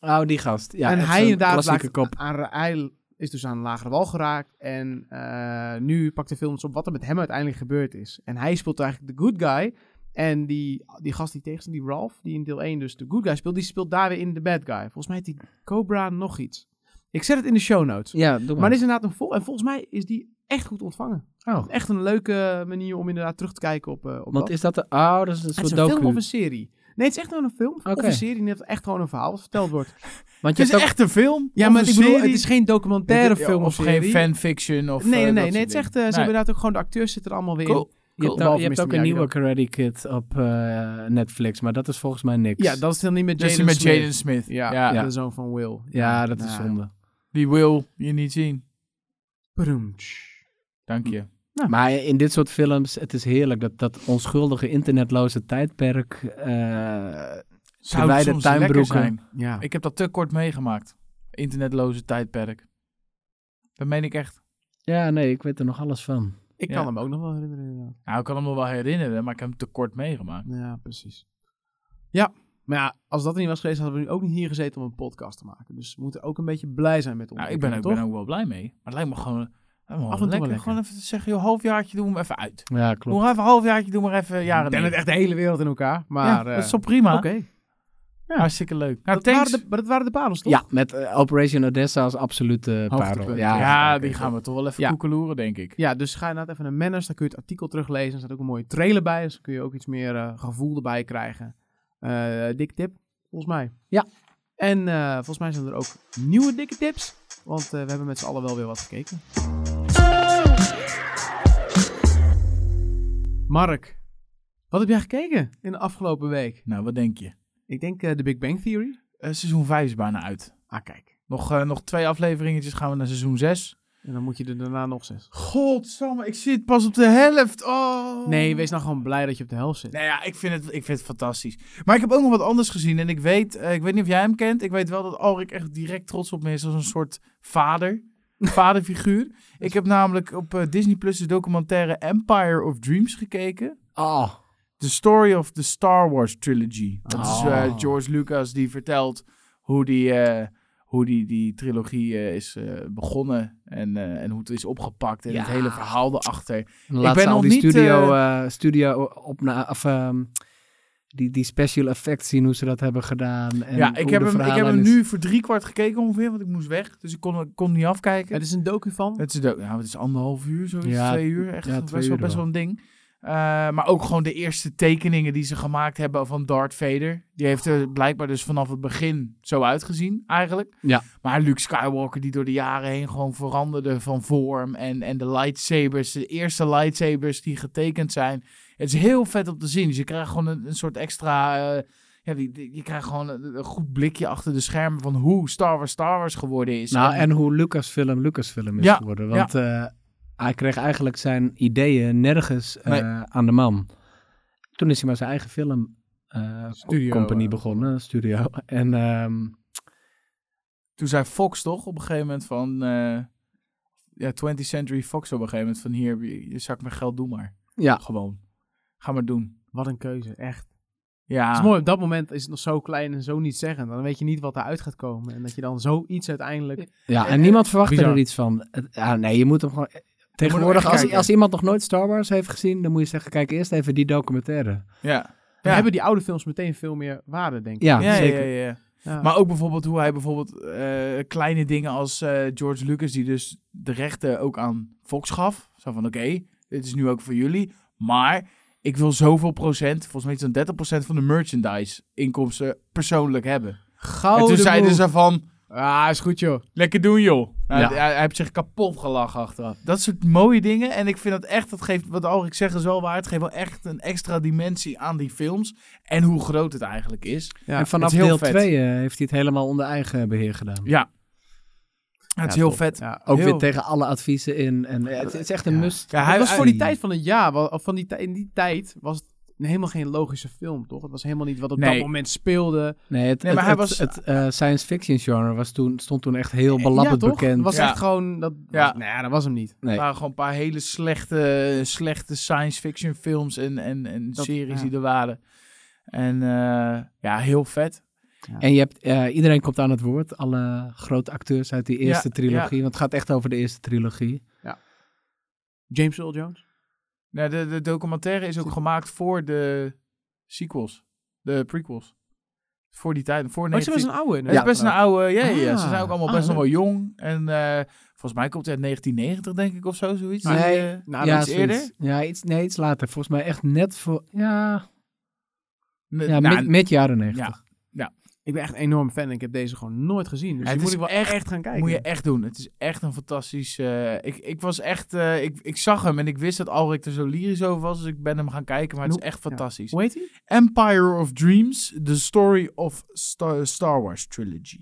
Speaker 2: oh, die gast. Ja,
Speaker 1: en
Speaker 2: echt
Speaker 1: hij
Speaker 2: zo'n
Speaker 1: inderdaad
Speaker 2: klassieke
Speaker 1: raakt
Speaker 2: kop.
Speaker 1: Aan, hij is dus aan een lagere wal geraakt. En eh, nu pakt de film eens op wat er met hem uiteindelijk gebeurd is. En hij speelt eigenlijk de good guy. En die, die gast die tegenstaat, die Ralph, die in deel 1 dus de good guy speelt, die speelt daar weer in de bad guy. Volgens mij heet die Cobra nog iets. Ik zet het in de show notes.
Speaker 2: Ja, doe maar.
Speaker 1: Maar er is inderdaad een vol. En volgens mij is die echt goed ontvangen.
Speaker 2: Oh.
Speaker 1: Echt een leuke manier om inderdaad terug te kijken op, eh, op dat.
Speaker 2: Want is dat de... Oh, dat is een
Speaker 1: Het
Speaker 2: soort
Speaker 1: is een film
Speaker 2: docu.
Speaker 1: of een serie. Nee, het is echt wel een film of
Speaker 2: Oké.
Speaker 1: een serie. En het is echt gewoon een verhaal wat verteld *laughs* wordt.
Speaker 3: Het
Speaker 2: Want je
Speaker 3: is
Speaker 2: hebt ook...
Speaker 3: echt een film.
Speaker 1: Ja,
Speaker 3: of
Speaker 1: maar
Speaker 3: een
Speaker 1: ik bedoel,
Speaker 3: serie.
Speaker 1: het is geen documentaire
Speaker 3: Ja,
Speaker 1: film
Speaker 3: of
Speaker 1: of,
Speaker 3: geen
Speaker 1: serie.
Speaker 3: fanfiction of
Speaker 1: nee,
Speaker 3: eh,
Speaker 1: nee,
Speaker 3: dat
Speaker 1: nee.
Speaker 3: soort
Speaker 1: nee het is
Speaker 3: dingen.
Speaker 1: echt, eh, ze
Speaker 3: Nee.
Speaker 1: hebben inderdaad ook gewoon de acteurs zitten er allemaal weer
Speaker 3: Cool.
Speaker 2: Je hebt,
Speaker 1: Behalve
Speaker 2: je hebt
Speaker 1: Mr.
Speaker 2: ook een nieuwe
Speaker 1: Miyagi
Speaker 2: Karate Kid op eh, Netflix, maar dat is volgens mij niks.
Speaker 1: dan. Ja, dat is dan niet met
Speaker 3: Dus die
Speaker 1: Jaden
Speaker 3: met
Speaker 1: Smith.
Speaker 3: Jaden Smith.
Speaker 1: Ja,
Speaker 3: Ja.
Speaker 1: de zoon van Will.
Speaker 3: Ah,
Speaker 2: Ja, dat is
Speaker 1: Nou,
Speaker 2: zonde.
Speaker 3: Die wil je niet zien.
Speaker 1: broemtsch.
Speaker 3: Dank je.
Speaker 2: Maar in dit soort films, het is heerlijk dat dat onschuldige internetloze tijdperk... eh,
Speaker 3: Zou
Speaker 2: wij
Speaker 3: het
Speaker 2: de
Speaker 3: soms lekker
Speaker 2: tuinbroeken-
Speaker 3: zijn?
Speaker 1: Ja.
Speaker 3: Ik heb dat te kort meegemaakt. Internetloze tijdperk. Dat meen ik echt.
Speaker 2: ja, nee, ik weet er nog alles van.
Speaker 1: Ik
Speaker 3: Ja.
Speaker 1: kan hem ook nog wel herinneren. inderdaad.
Speaker 3: Nou, ik kan hem me wel herinneren, maar ik heb hem te kort meegemaakt.
Speaker 1: Ja, precies. Ja, maar ja, als dat er niet was geweest, hadden we nu ook niet hier gezeten om een podcast te maken. Dus we moeten ook een beetje blij zijn met ons.
Speaker 3: Nou, ik ben, ook, ben ook wel blij mee. Maar het lijkt me gewoon... Af
Speaker 1: Af
Speaker 3: en
Speaker 1: en toe wel
Speaker 3: lekker.
Speaker 1: lekker.
Speaker 3: Gewoon even te zeggen, joh, halfjaartje doen we hem even uit.
Speaker 2: Ja, klopt.
Speaker 3: Doe even een halfjaartje, doen maar even jaren.
Speaker 1: Ik ben het
Speaker 3: neer.
Speaker 1: echt de hele wereld in elkaar.
Speaker 3: Ja,
Speaker 1: Maar,
Speaker 3: dat is
Speaker 1: eh,
Speaker 3: toch prima?
Speaker 1: Oké. ja.
Speaker 3: Hartstikke leuk. Nou,
Speaker 1: Dat waren
Speaker 3: thanks.
Speaker 1: de- Maar dat waren de parels, toch?
Speaker 2: Ja, met eh, Operation Odessa als absolute
Speaker 1: Hoogtepunt.
Speaker 2: parel.
Speaker 3: Ja,
Speaker 2: Ja, oké,
Speaker 3: die gaan we toch wel even
Speaker 1: Ja.
Speaker 3: koekeloeren, denk ik.
Speaker 1: Ja, dus ga inderdaad even naar Manners. Dan kun je het artikel teruglezen. Er staat ook een mooie trailer bij. Dus dan kun je ook iets meer eh, gevoel erbij krijgen. Eh, dikke tip, volgens mij.
Speaker 2: Ja.
Speaker 1: En eh, volgens mij zijn er ook nieuwe dikke tips. Want eh, we hebben met z'n allen wel weer wat gekeken.
Speaker 4: Oh,
Speaker 1: Mark, wat heb jij gekeken in de afgelopen week?
Speaker 3: Nou, wat denk je?
Speaker 1: Ik denk eh, de Big Bang Theory.
Speaker 3: Eh, seizoen 5 is bijna uit.
Speaker 1: Ah, kijk.
Speaker 3: Nog, eh, nog twee afleveringetjes gaan we naar seizoen 6.
Speaker 1: En dan moet je er daarna nog zes.
Speaker 3: Godsamme, ik zit pas op de helft. Oh.
Speaker 1: Nee, wees nou gewoon blij dat je op de helft zit.
Speaker 3: Nou ja, ik vind, het, ik vind het fantastisch. Maar ik heb ook nog wat anders gezien. En ik weet, eh, ik weet niet of jij hem kent. Ik weet wel dat Alrik echt direct trots op me is als een soort *laughs* vader. Vaderfiguur. ik heb namelijk op eh, Disney Plus de documentaire Empire of Dreams gekeken.
Speaker 2: Oh,
Speaker 3: The Story of the Star Wars Trilogy. Dat is eh,
Speaker 2: Oh.
Speaker 3: George Lucas die vertelt hoe die, eh, hoe die, die trilogie eh, is eh, begonnen. En, eh, en hoe het is opgepakt. En
Speaker 2: Ja.
Speaker 3: het hele verhaal erachter.
Speaker 2: laatst
Speaker 3: ben
Speaker 2: al
Speaker 3: nog
Speaker 2: die
Speaker 3: niet,
Speaker 2: studio, eh, studio opna of ehm, die, die special effects zien hoe ze dat hebben gedaan. En
Speaker 3: ja, ik
Speaker 2: hoe
Speaker 3: heb, hem,
Speaker 2: de
Speaker 3: ik heb hem
Speaker 2: verhaallijn is.
Speaker 3: nu voor drie kwart gekeken ongeveer, want ik moest weg. Dus ik kon, kon niet afkijken.
Speaker 1: Het is een docu van.
Speaker 3: Het is, de, nou, het is anderhalf uur, zoiets,
Speaker 2: Ja,
Speaker 3: twee uur. Echt
Speaker 2: ja,
Speaker 3: best,
Speaker 2: twee
Speaker 3: wel,
Speaker 2: uur
Speaker 3: best wel een ding. Eh, maar ook gewoon de eerste tekeningen die ze gemaakt hebben van Darth Vader. Die heeft er blijkbaar dus vanaf het begin zo uitgezien, eigenlijk.
Speaker 2: Ja.
Speaker 3: Maar Luke Skywalker, die door de jaren heen gewoon veranderde van vorm. En, en de lightsabers, de eerste lightsabers die getekend zijn. Het is heel vet om te zien. Dus je krijgt gewoon een, een soort extra... eh, ja, die, die- je krijgt gewoon een, een goed blikje achter de schermen van hoe Star Wars Star Wars geworden is.
Speaker 2: Nou,
Speaker 3: En-
Speaker 2: en hoe Lucasfilm Lucasfilm is
Speaker 3: Ja,
Speaker 2: geworden. Want eh, hij kreeg eigenlijk zijn ideeën nergens eh,
Speaker 3: Nee.
Speaker 2: aan de man. Toen is hij maar zijn eigen film eh,
Speaker 1: Studio,
Speaker 2: compagnie
Speaker 1: eh.
Speaker 2: begonnen, studio. En ehm,
Speaker 3: Toen zei Fox toch op een gegeven moment van... eh, ja, 20th Century Fox op een gegeven moment van... Hier, heb je je zak met geld, doe maar.
Speaker 2: ja,
Speaker 3: Gewoon. Ga maar doen.
Speaker 1: Wat een keuze, echt.
Speaker 3: Ja.
Speaker 1: Het
Speaker 3: Ah.
Speaker 1: is mooi, op dat moment is het nog zo klein en zo niet zeggen. Dan weet je niet wat eruit gaat komen. En dat je dan zoiets uiteindelijk...
Speaker 2: ja,
Speaker 3: En-
Speaker 2: en niemand verwachtte
Speaker 1: bizar.
Speaker 2: er iets van. Het- Ja, nee, je moet hem gewoon... eh,
Speaker 3: echt
Speaker 2: Tegenwoordig, als,
Speaker 3: kijken.
Speaker 2: als iemand nog nooit Star Wars heeft gezien, dan moet je zeggen, kijk eerst even die documentaire.
Speaker 3: Ja.
Speaker 1: Dan
Speaker 3: Ja.
Speaker 1: hebben die oude films meteen veel meer waarde, denk ik.
Speaker 2: Ja,
Speaker 3: Ja, ja,
Speaker 2: zeker.
Speaker 3: ja, ja.
Speaker 1: Ja.
Speaker 3: Maar ook bijvoorbeeld hoe hij bijvoorbeeld eh, kleine dingen als eh, George Lucas, die dus de rechten ook aan Fox gaf. Zo van, oké, dit is nu ook voor jullie, maar ik wil zoveel procent, volgens mij iets dan 30% van de merchandise inkomsten persoonlijk hebben. en toen
Speaker 1: Gouden
Speaker 3: zeiden ze van,
Speaker 1: Ah, is goed joh.
Speaker 3: Lekker doen, joh. Nou,
Speaker 2: Ja.
Speaker 3: hij, hij heeft zich kapot gelachen achteraf. Dat soort mooie dingen. En ik vind dat echt, dat geeft, wat al ik zeg is wel waar. Het geeft wel echt een extra dimensie aan die films. En hoe groot het eigenlijk is.
Speaker 1: Ja,
Speaker 2: en vanaf
Speaker 3: het is heel
Speaker 2: deel
Speaker 3: vet.
Speaker 2: 2 heeft hij het helemaal onder eigen beheer gedaan.
Speaker 3: Ja. het is heel
Speaker 2: top.
Speaker 3: vet.
Speaker 1: Ja.
Speaker 2: Ook
Speaker 3: Heel-
Speaker 2: weer tegen alle adviesen in. En, eh, het is echt een
Speaker 1: Ja.
Speaker 2: must.
Speaker 3: Ja, hij
Speaker 1: Het was
Speaker 3: hij-
Speaker 1: voor die tijd van het jaar, wa- of van die tij- in die tijd was het helemaal geen logische film, toch? Het was helemaal niet wat op
Speaker 3: Nee.
Speaker 1: dat moment speelde.
Speaker 2: Nee, het,
Speaker 3: Nee, maar
Speaker 2: het-
Speaker 3: hij was-
Speaker 2: het- het, eh, science fiction genre was toen, stond toen echt heel
Speaker 1: Eh,
Speaker 2: belabberd
Speaker 1: ja, toch?
Speaker 2: bekend.
Speaker 1: Het was
Speaker 3: Ja.
Speaker 1: echt gewoon... Dat,
Speaker 3: Ja.
Speaker 1: was- nou ja, dat was hem niet.
Speaker 2: Nee.
Speaker 3: Er waren gewoon een paar hele slechte, slechte science fiction films en, en, en
Speaker 1: Dat-
Speaker 3: series
Speaker 1: ja.
Speaker 3: die er waren. En eh, ja, heel vet.
Speaker 2: En je hebt, eh, iedereen komt aan het woord. Alle grote acteurs uit die eerste
Speaker 3: Ja,
Speaker 2: trilogie. Want het gaat echt over de eerste trilogie.
Speaker 1: James Earl Jones?
Speaker 3: Nou, de, de documentaire is ook gemaakt voor de sequels. De prequels. Voor die tijd,
Speaker 1: Oh,
Speaker 3: voor
Speaker 1: ze
Speaker 3: 19...
Speaker 1: was een oude.
Speaker 3: Het is best een
Speaker 1: inderdaad.
Speaker 3: oude, ja, ja, ja. Ze
Speaker 1: Ah.
Speaker 3: zijn ook allemaal
Speaker 1: Ah,
Speaker 3: best nog
Speaker 1: leuk.
Speaker 3: wel jong. En eh, volgens mij komt hij uit 1990, denk ik, of zo, zoiets.
Speaker 2: Nee.
Speaker 3: Die, eh,
Speaker 1: Nou,
Speaker 2: ja,
Speaker 1: dat is
Speaker 2: zoiets.
Speaker 3: eerder?
Speaker 2: Ja, iets, nee, iets later. Volgens mij echt net voor... Ja,
Speaker 1: Eh,
Speaker 3: n-
Speaker 2: ja
Speaker 3: nou,
Speaker 2: mid, mid jaren negentig.
Speaker 3: ja,
Speaker 1: Ik ben echt enorm fan en ik heb deze gewoon nooit gezien. Dus die
Speaker 3: Ja, het
Speaker 1: moet
Speaker 3: is
Speaker 1: ik wel echt, gaan kijken.
Speaker 3: moet je echt doen. Het is echt een fantastisch... eh, ik, ik was echt... eh, ik, ik zag hem en ik wist dat Alrik er zo lyrisch over was, dus ik ben hem gaan kijken. Maar het is
Speaker 1: Hoe-
Speaker 3: echt fantastisch.
Speaker 1: Hoe heet die?
Speaker 3: Empire of Dreams, The Story of Star, Star Wars Trilogy.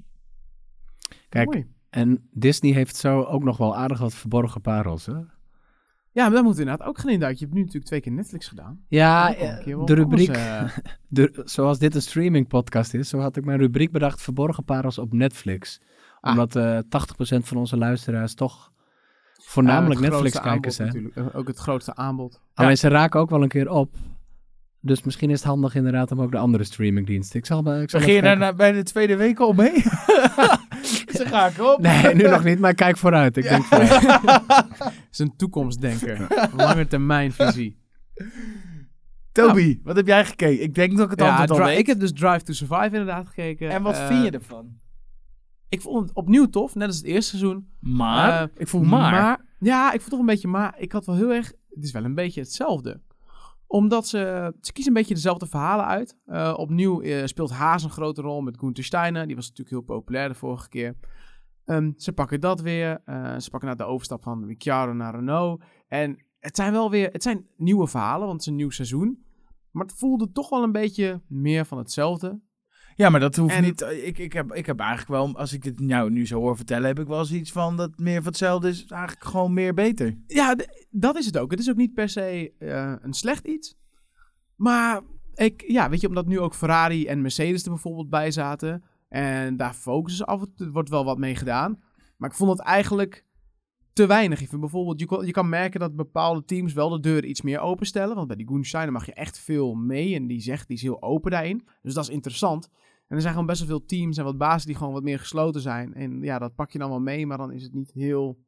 Speaker 2: Kijk,
Speaker 1: Mooi.
Speaker 2: en Disney heeft zo ook nog wel aardig wat verborgen parels. Hè?
Speaker 1: Ja, maar daar moeten we inderdaad ook gaan induiken. Je hebt nu natuurlijk twee keer Netflix gedaan.
Speaker 2: Ja, eh,
Speaker 1: Dan kom ik hier wel
Speaker 2: de
Speaker 1: op
Speaker 2: rubriek...
Speaker 1: alles, eh,
Speaker 2: De, zoals dit een streaming podcast is, zo had ik mijn rubriek bedacht verborgen parels op Netflix.
Speaker 1: Ah.
Speaker 2: Omdat eh 80% van onze luisteraars toch voornamelijk
Speaker 1: ja, het grootste
Speaker 2: Netflix-kijkers zijn.
Speaker 1: aanbod natuurlijk. Eh, Ook het grootste aanbod.
Speaker 2: Alleen ze raken ook wel een keer op. Dus misschien is het handig inderdaad om ook de andere streamingdiensten. Ik zal, maar- ik zal
Speaker 3: Begin je
Speaker 2: even
Speaker 3: daar
Speaker 2: kijken.
Speaker 3: na- bij de tweede week al mee? *laughs* Ze raken op.
Speaker 2: Nee, nu nog niet, maar kijk vooruit. Ik denk vooruit.
Speaker 1: Het is een *laughs* toekomstdenker. Lange termijn visie.
Speaker 3: Toby,
Speaker 1: Nou.
Speaker 3: wat heb jij gekeken? Ik denk dat ik het
Speaker 1: Ja,
Speaker 3: antwoord al
Speaker 1: Dri-
Speaker 3: weet.
Speaker 1: ik heb dus Drive to Survive inderdaad gekeken.
Speaker 3: En wat
Speaker 1: Eh,
Speaker 3: vind je ervan?
Speaker 1: Ik vond het opnieuw tof, net als het eerste seizoen.
Speaker 3: Maar,
Speaker 1: Eh,
Speaker 3: ik voel maar.
Speaker 1: Ja, ik vond toch een beetje maar. Ik had wel heel erg... Het is wel een beetje hetzelfde. Omdat ze... Ze kiezen een beetje dezelfde verhalen uit. Eh, opnieuw eh, speelt Haas een grote rol met Gunther Steiner. Die was natuurlijk heel populair de vorige keer. nou Ehm, ze pakken dat weer. Eh, ze pakken naar de overstap van Ricciardo naar Renault. En het zijn wel weer het zijn nieuwe verhalen, want het is een nieuw seizoen. Maar het voelde toch wel een beetje meer van hetzelfde.
Speaker 3: Ja, maar dat hoeft
Speaker 1: En-
Speaker 3: niet. eh, Ik, ik, heb, ik heb eigenlijk wel, als ik dit nou nu zo hoor vertellen, heb ik wel eens iets van dat meer van hetzelfde is. Eigenlijk gewoon meer beter.
Speaker 1: Ja, d- dat is het ook. Het is ook niet per se eh, een slecht iets. Maar ik, ja, weet je, omdat nu ook Ferrari en Mercedes er bijvoorbeeld bij zaten. En daar focussen ze af en toe, er wordt wel wat mee gedaan. Maar ik vond het eigenlijk te weinig. Ik vind bijvoorbeeld, je, kon- je kan merken dat bepaalde teams wel de deur iets meer openstellen. Want bij die Goonshiner mag je echt veel mee. En die zegt, die is heel open daarin. Dus dat is interessant. En er zijn gewoon best wel veel teams en wat bazen die gewoon wat meer gesloten zijn. En ja, dat pak je dan wel mee, maar dan is het niet heel,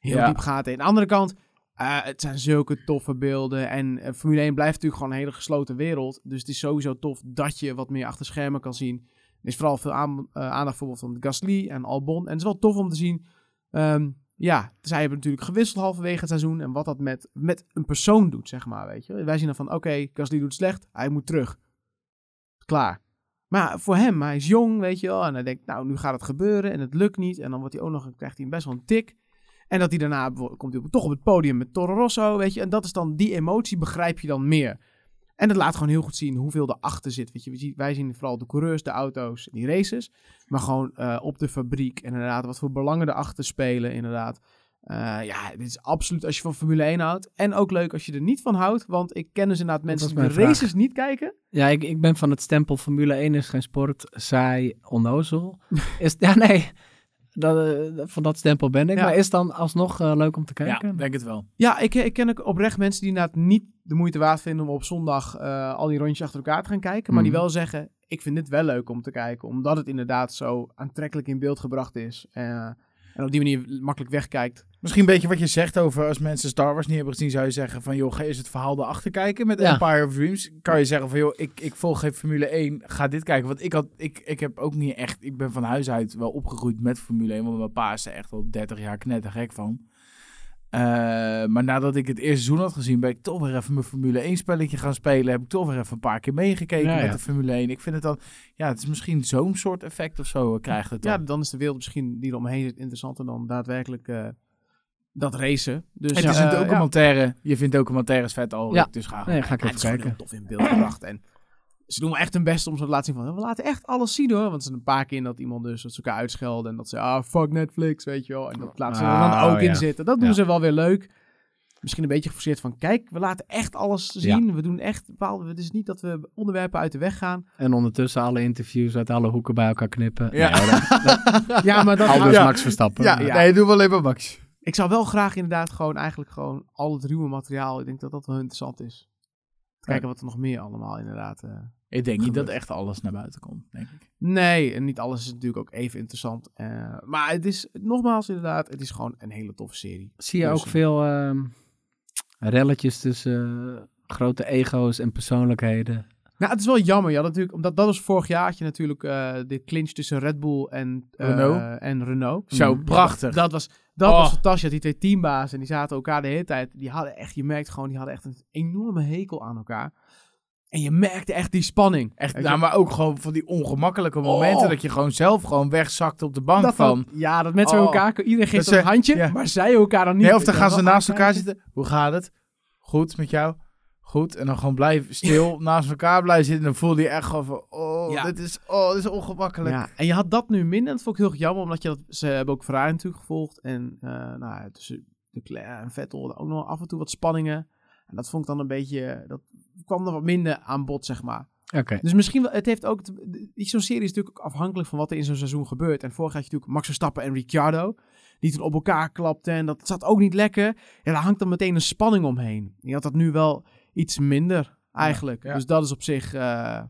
Speaker 1: heel
Speaker 3: Ja.
Speaker 1: diep gaten. Aan de andere kant, eh, het zijn zulke toffe beelden. En eh, Formule 1 blijft natuurlijk gewoon een hele gesloten wereld. Dus het is sowieso tof dat je wat meer achter schermen kan zien. Er is vooral veel aan, eh, aandacht bijvoorbeeld van Gasly en Albon. En het is wel tof om te zien. ehm, ja, zij hebben natuurlijk gewisseld halverwege het seizoen. En wat dat met, met een persoon doet, zeg maar. Weet je. Wij zien dan van, oké, Gasly doet het slecht. Hij moet terug. Klaar. Maar voor hem, hij is jong, weet je wel. En hij denkt, nou, nu gaat het gebeuren en het lukt niet. En dan wordt hij ook nog, krijgt hij best wel een tik. En dat hij daarna bijvoorbeeld- komt hij op- toch op het podium met Toro Rosso, weet je. En dat is dan, die emotie begrijp je dan meer. En dat laat gewoon heel goed zien hoeveel erachter zit, weet je. We zien- Wij zien vooral de coureurs, de auto's, die races. Maar gewoon eh, op de fabriek en inderdaad wat voor belangen erachter spelen, inderdaad. Eh, ja, dit is absoluut als je van Formule 1 houdt. En ook leuk als je er niet van houdt, want ik ken dus inderdaad mensen
Speaker 2: was
Speaker 1: die de
Speaker 2: mijn vraag.
Speaker 1: races niet kijken.
Speaker 2: Ja, ik, ik ben van het stempel Formule 1 is geen sport, saai,
Speaker 1: *laughs*
Speaker 2: onnozel. Is, ja, nee, dat, eh, van dat stempel ben ik.
Speaker 1: Ja.
Speaker 2: Maar is dan alsnog eh, leuk om te kijken?
Speaker 3: Ja, denk het wel.
Speaker 1: Ja, ik, ik ken ook oprecht mensen die inderdaad niet de moeite waard vinden om op zondag eh, al die rondjes achter elkaar te gaan kijken. Maar die
Speaker 2: Mhm.
Speaker 1: wel zeggen, ik vind dit wel leuk om te kijken. Omdat het inderdaad zo aantrekkelijk in beeld gebracht is. eh, en op die manier makkelijk wegkijkt.
Speaker 3: Misschien een beetje wat je zegt over als mensen Star Wars niet hebben gezien, zou je zeggen van joh, ga eens het verhaal erachter kijken met
Speaker 2: Ja.
Speaker 3: Empire of Dreams. Kan je zeggen van joh, ik, ik volg geen Formule 1, ga dit kijken. Want ik had, ik, ik heb ook niet echt, ik ben van huis uit wel opgegroeid met Formule 1, want mijn pa is er echt al 30 jaar knettergek van. Eh, maar nadat ik het eerste seizoen had gezien, ben ik toch weer even mijn Formule 1 spelletje gaan spelen. Heb ik toch weer even een paar keer meegekeken
Speaker 2: Ja,
Speaker 3: met
Speaker 2: ja.
Speaker 3: de Formule 1. Ik vind het dan, ja, het is misschien zo'n soort effect of zo eh, krijgt het dan.
Speaker 1: Ja, dan is de wereld misschien die eromheen zit interessanter dan daadwerkelijk eh, dat racen. Dus,
Speaker 3: het is een
Speaker 1: eh, ja.
Speaker 3: documentaire. Je vindt documentaires vet al.
Speaker 2: Ja.
Speaker 3: Dus ga
Speaker 2: Nee, ga ik
Speaker 1: Ja,
Speaker 2: even
Speaker 1: het is gewoon
Speaker 2: kijken.
Speaker 1: heel tof in beeld gebracht. En ze doen wel echt hun best om zo te laten zien van... We laten echt alles zien hoor. Want ze een paar keer in dat iemand dus dat ze elkaar uitschelden. En dat ze... Ah, fuck Netflix, weet je wel. En dat laten ze er
Speaker 2: Ah,
Speaker 1: dan ook
Speaker 2: ja.
Speaker 1: in zitten. Dat doen
Speaker 2: Ja.
Speaker 1: ze wel weer leuk. Misschien een beetje geforceerd van... Kijk, we laten echt alles zien. We doen echt bepaalde... Het is niet dat we onderwerpen uit de weg gaan.
Speaker 2: En ondertussen alle interviews uit alle hoeken bij elkaar knippen.
Speaker 3: Ja.
Speaker 2: Nee, hoor,
Speaker 1: ja, maar dat...
Speaker 2: dat- Aldus
Speaker 3: Ja.
Speaker 2: dus Max Verstappen.
Speaker 1: *laughs*
Speaker 3: Ja,
Speaker 1: Ja.
Speaker 3: nee, doe wel even Max.
Speaker 1: Ik zou wel graag inderdaad gewoon eigenlijk gewoon... Al het ruwe materiaal. Ik denk dat dat wel interessant is. Kijken wat er nog meer allemaal inderdaad... eh,
Speaker 3: Ik denk niet
Speaker 1: Gebeurt.
Speaker 3: dat echt alles naar buiten komt, denk ik.
Speaker 1: Nee, en niet alles is natuurlijk ook even interessant. Eh, maar het is, nogmaals inderdaad, het is gewoon een hele toffe serie.
Speaker 2: Zie je
Speaker 1: Dus,
Speaker 2: ook veel ehm, relletjes tussen eh, grote ego's en persoonlijkheden?
Speaker 1: Nou, het is wel jammer. Je had natuurlijk, omdat dat was vorig jaar, had je natuurlijk eh, de clinch tussen Red Bull en eh,
Speaker 3: Renault.
Speaker 1: En Renault. Mm.
Speaker 3: Zo,
Speaker 2: Mhm.
Speaker 3: prachtig.
Speaker 1: Dat was, dat
Speaker 3: Oh.
Speaker 1: was fantastisch. Je had die twee teambazen en die zaten elkaar de hele tijd. Die hadden echt, je merkt gewoon, die hadden echt een enorme hekel aan elkaar. En je merkte echt die spanning.
Speaker 3: echt,
Speaker 1: Weet
Speaker 3: nou,
Speaker 1: je?
Speaker 3: maar ook gewoon van die ongemakkelijke momenten
Speaker 1: Oh.
Speaker 3: dat je gewoon zelf gewoon wegzakt op de bank
Speaker 1: dat
Speaker 3: van...
Speaker 1: ook. ja, dat mensen
Speaker 3: Oh.
Speaker 1: elkaar, iedereen geeft
Speaker 3: Dat
Speaker 1: een
Speaker 3: ze-
Speaker 1: handje,
Speaker 3: ja.
Speaker 1: maar zij elkaar dan niet.
Speaker 3: Nee, of dan
Speaker 1: Weet je
Speaker 3: gaan ze
Speaker 1: wel?
Speaker 3: naast elkaar zitten. Hoe gaat het? Goed met jou? Goed. En dan gewoon
Speaker 1: *laughs*
Speaker 3: blijven stil naast elkaar blijven zitten. En dan voelde je echt gewoon van, oh,
Speaker 1: Ja.
Speaker 3: dit, is, oh dit is ongemakkelijk.
Speaker 1: Ja, en je had dat nu minder. En dat vond ik heel erg jammer, omdat je dat, ze hebben ook Ferrari natuurlijk gevolgd. En eh nou, ja, tussen Leclerc en Vettel ook nog af en toe wat spanningen. En dat vond ik dan een beetje, dat kwam er wat minder aan bod, zeg maar.
Speaker 2: Oké.
Speaker 1: Dus misschien, wel, het heeft ook, te- zo'n serie is natuurlijk ook afhankelijk van wat er in zo'n seizoen gebeurt. En vorig jaar had je natuurlijk Max Verstappen en Ricciardo, die toen op elkaar klapten. En dat zat ook niet lekker. En daar hangt dan meteen een spanning omheen. Je had dat nu wel iets minder, eigenlijk.
Speaker 3: ja.
Speaker 1: Dus dat is op zich eh,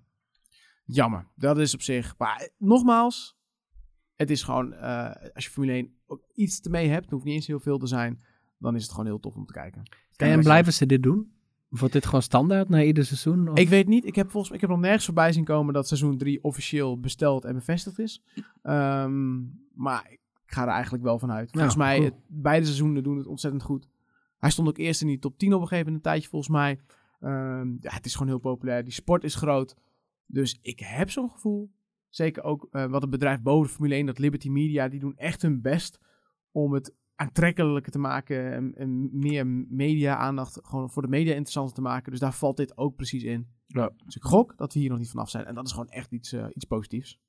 Speaker 1: jammer. Dat is op zich, maar eh, nogmaals, het is gewoon, eh, als je Formule 1 ook iets te mee hebt, het hoeft niet eens heel veel te zijn, dan is het gewoon heel tof om te kijken.
Speaker 2: En blijven ze dit doen? Wordt dit gewoon standaard na ieder seizoen? Of-
Speaker 1: Ik weet niet. Ik heb volgens mij ik heb nog nergens voorbij zien komen dat seizoen 3 officieel besteld en bevestigd is. Ehm, maar ik ga er eigenlijk wel van uit. Volgens mij,
Speaker 2: cool.
Speaker 1: het, beide seizoenen doen het ontzettend goed. Hij stond ook eerst in die top 10 op een gegeven moment een tijdje volgens mij. Ehm, ja, het is gewoon heel populair. Die sport is groot. Dus ik heb zo'n gevoel. Zeker ook eh, wat het bedrijf boven de Formule 1, dat Liberty Media, die doen echt hun best om het aantrekkelijker te maken. En, en meer media-aandacht, gewoon voor de media interessanter te maken. Dus daar valt dit ook precies in.
Speaker 3: Ja.
Speaker 1: Dus ik gok dat we hier nog niet vanaf zijn. En dat is gewoon echt iets, eh, iets positiefs.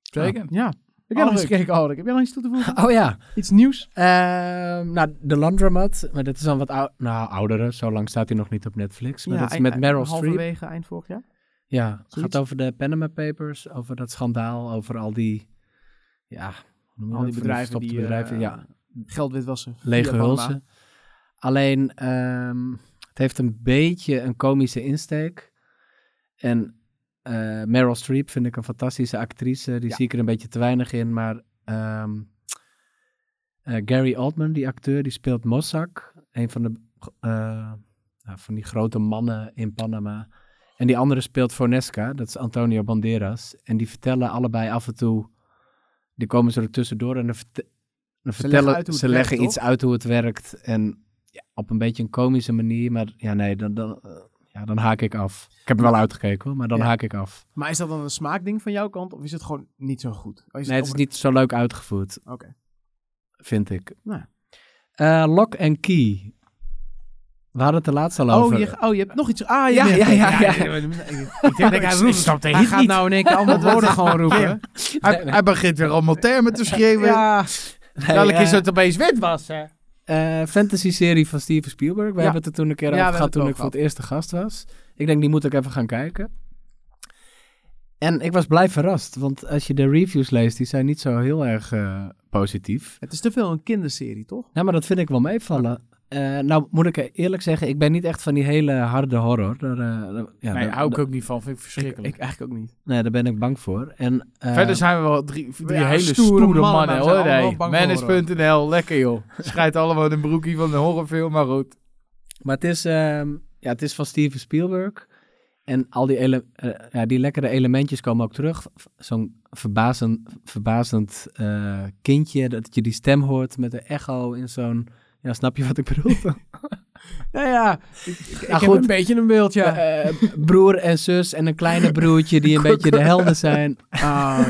Speaker 3: Zeker.
Speaker 1: Ja. Heb jij nog
Speaker 3: Alrik.
Speaker 1: eens gekeken, Alrik? Heb jij nog iets toe te voegen?
Speaker 2: Oh ja,
Speaker 1: Iets nieuws?
Speaker 2: Ehm, nou, The Laundromat, maar dat is dan wat ou nou, oudere, zo lang staat hij nog niet op Netflix. Maar dat is
Speaker 1: ei-
Speaker 2: met
Speaker 1: ei-
Speaker 2: Meryl Streep.
Speaker 1: Halverwege eind vorig jaar.
Speaker 2: Ja, het gaat
Speaker 1: Zoiets.
Speaker 2: over de Panama Papers, over dat schandaal, over al die, ja, hoe noem je
Speaker 1: Al
Speaker 2: dat?
Speaker 1: die
Speaker 2: Van
Speaker 1: bedrijven
Speaker 2: verstopte
Speaker 1: die
Speaker 2: bedrijven,
Speaker 1: eh,
Speaker 2: ja,
Speaker 1: geld witwassen. via
Speaker 2: lege
Speaker 1: Panama.
Speaker 2: hulzen. Alleen, ehm, het heeft een beetje een komische insteek. En eh, Meryl Streep vind ik een fantastische actrice, die
Speaker 1: Ja.
Speaker 2: zie ik er een beetje te weinig in, maar ehm, eh, Gary Oldman, die acteur, die speelt Mossack, een van de eh, nou, van die grote mannen in Panama. En die andere speelt Fonesca, dat is Antonio Banderas. En die vertellen allebei af en toe, die komen ze er tussendoor en dan, verte- dan
Speaker 1: Ze leggen
Speaker 2: vertellen
Speaker 1: uit hoe het
Speaker 2: ze leggen
Speaker 1: werkt,
Speaker 2: iets uit hoe het werkt. En ja, op een beetje een komische manier, maar ja, nee, dan, dan, eh, ja, dan haak ik af. Ik heb er wel uitgekeken hoor, maar dan
Speaker 1: Ja.
Speaker 2: haak ik af.
Speaker 1: Maar is dat dan een smaakding van jouw kant? Of is het gewoon niet zo goed? Oh, Of
Speaker 2: Nee, het is niet zo leuk uitgevoerd,
Speaker 1: Oké.
Speaker 2: vind ik.
Speaker 1: Nou.
Speaker 2: Eh, lock and Key. We hadden het er laatst al
Speaker 1: Oh
Speaker 2: over.
Speaker 1: je, oh, je hebt nog iets. Ah, je
Speaker 2: Ja,
Speaker 1: bent-
Speaker 2: ja, ja, ja.
Speaker 1: Ik denk, hij roept- Hij gaat nou in één keer allemaal woorden gewoon roepen.
Speaker 3: Hij, hij begint weer allemaal termen te schreeuwen.
Speaker 1: Ja.
Speaker 2: Nee,
Speaker 3: Dadelijk
Speaker 2: eh,
Speaker 3: is het opeens wit was. hè?
Speaker 2: eh, fantasy-serie van Steven Spielberg. We
Speaker 1: Ja.
Speaker 2: hebben het er toen een keer
Speaker 1: Ja, we
Speaker 2: over
Speaker 1: hebben
Speaker 2: gehad
Speaker 1: het
Speaker 2: toen
Speaker 1: over
Speaker 2: ik voor het eerst de gast was. Ik denk, die moet ik even gaan kijken. En ik was blij verrast, want als je de reviews leest, die zijn niet zo heel erg eh, positief.
Speaker 1: Het is te veel een kinderserie, toch?
Speaker 2: Nou, maar dat vind ik wel meevallen. Eh, nou, moet ik eerlijk zeggen, ik ben niet echt van die hele harde horror. Daar, eh, daar- ja,
Speaker 3: nee,
Speaker 2: daar-
Speaker 3: hou ik
Speaker 2: daar-
Speaker 3: ook niet van. Vind ik
Speaker 1: Ik,
Speaker 3: verschrikkelijk.
Speaker 1: eigenlijk ook niet.
Speaker 2: nee, daar ben ik bang voor. En, eh,
Speaker 3: Verder zijn we wel drie, drie
Speaker 1: ja,
Speaker 3: hele
Speaker 1: stoere
Speaker 3: stoere,
Speaker 1: mannen,
Speaker 3: mannen,
Speaker 1: maar we
Speaker 3: hoor.
Speaker 1: zijn allemaal
Speaker 3: Hey,
Speaker 1: bang voor
Speaker 3: Manage.nl, lekker *laughs* joh. Schijt allemaal in een broekje van een horrorfilm, maar goed.
Speaker 2: Maar het is, ehm, ja, het is van Steven Spielberg. En al die, ele- eh, ja, die lekkere elementjes komen ook terug. V- Zo'n verbazend, verbazend eh, kindje, dat je die stem hoort met de echo in zo'n... Ja, snap je wat ik bedoel?
Speaker 1: Nou ja, ik, ik heb
Speaker 2: Nou, goed.
Speaker 1: een beetje een beeld, ja.
Speaker 2: Eh, broer en zus en een kleine broertje die een beetje de helden zijn.
Speaker 1: Oh,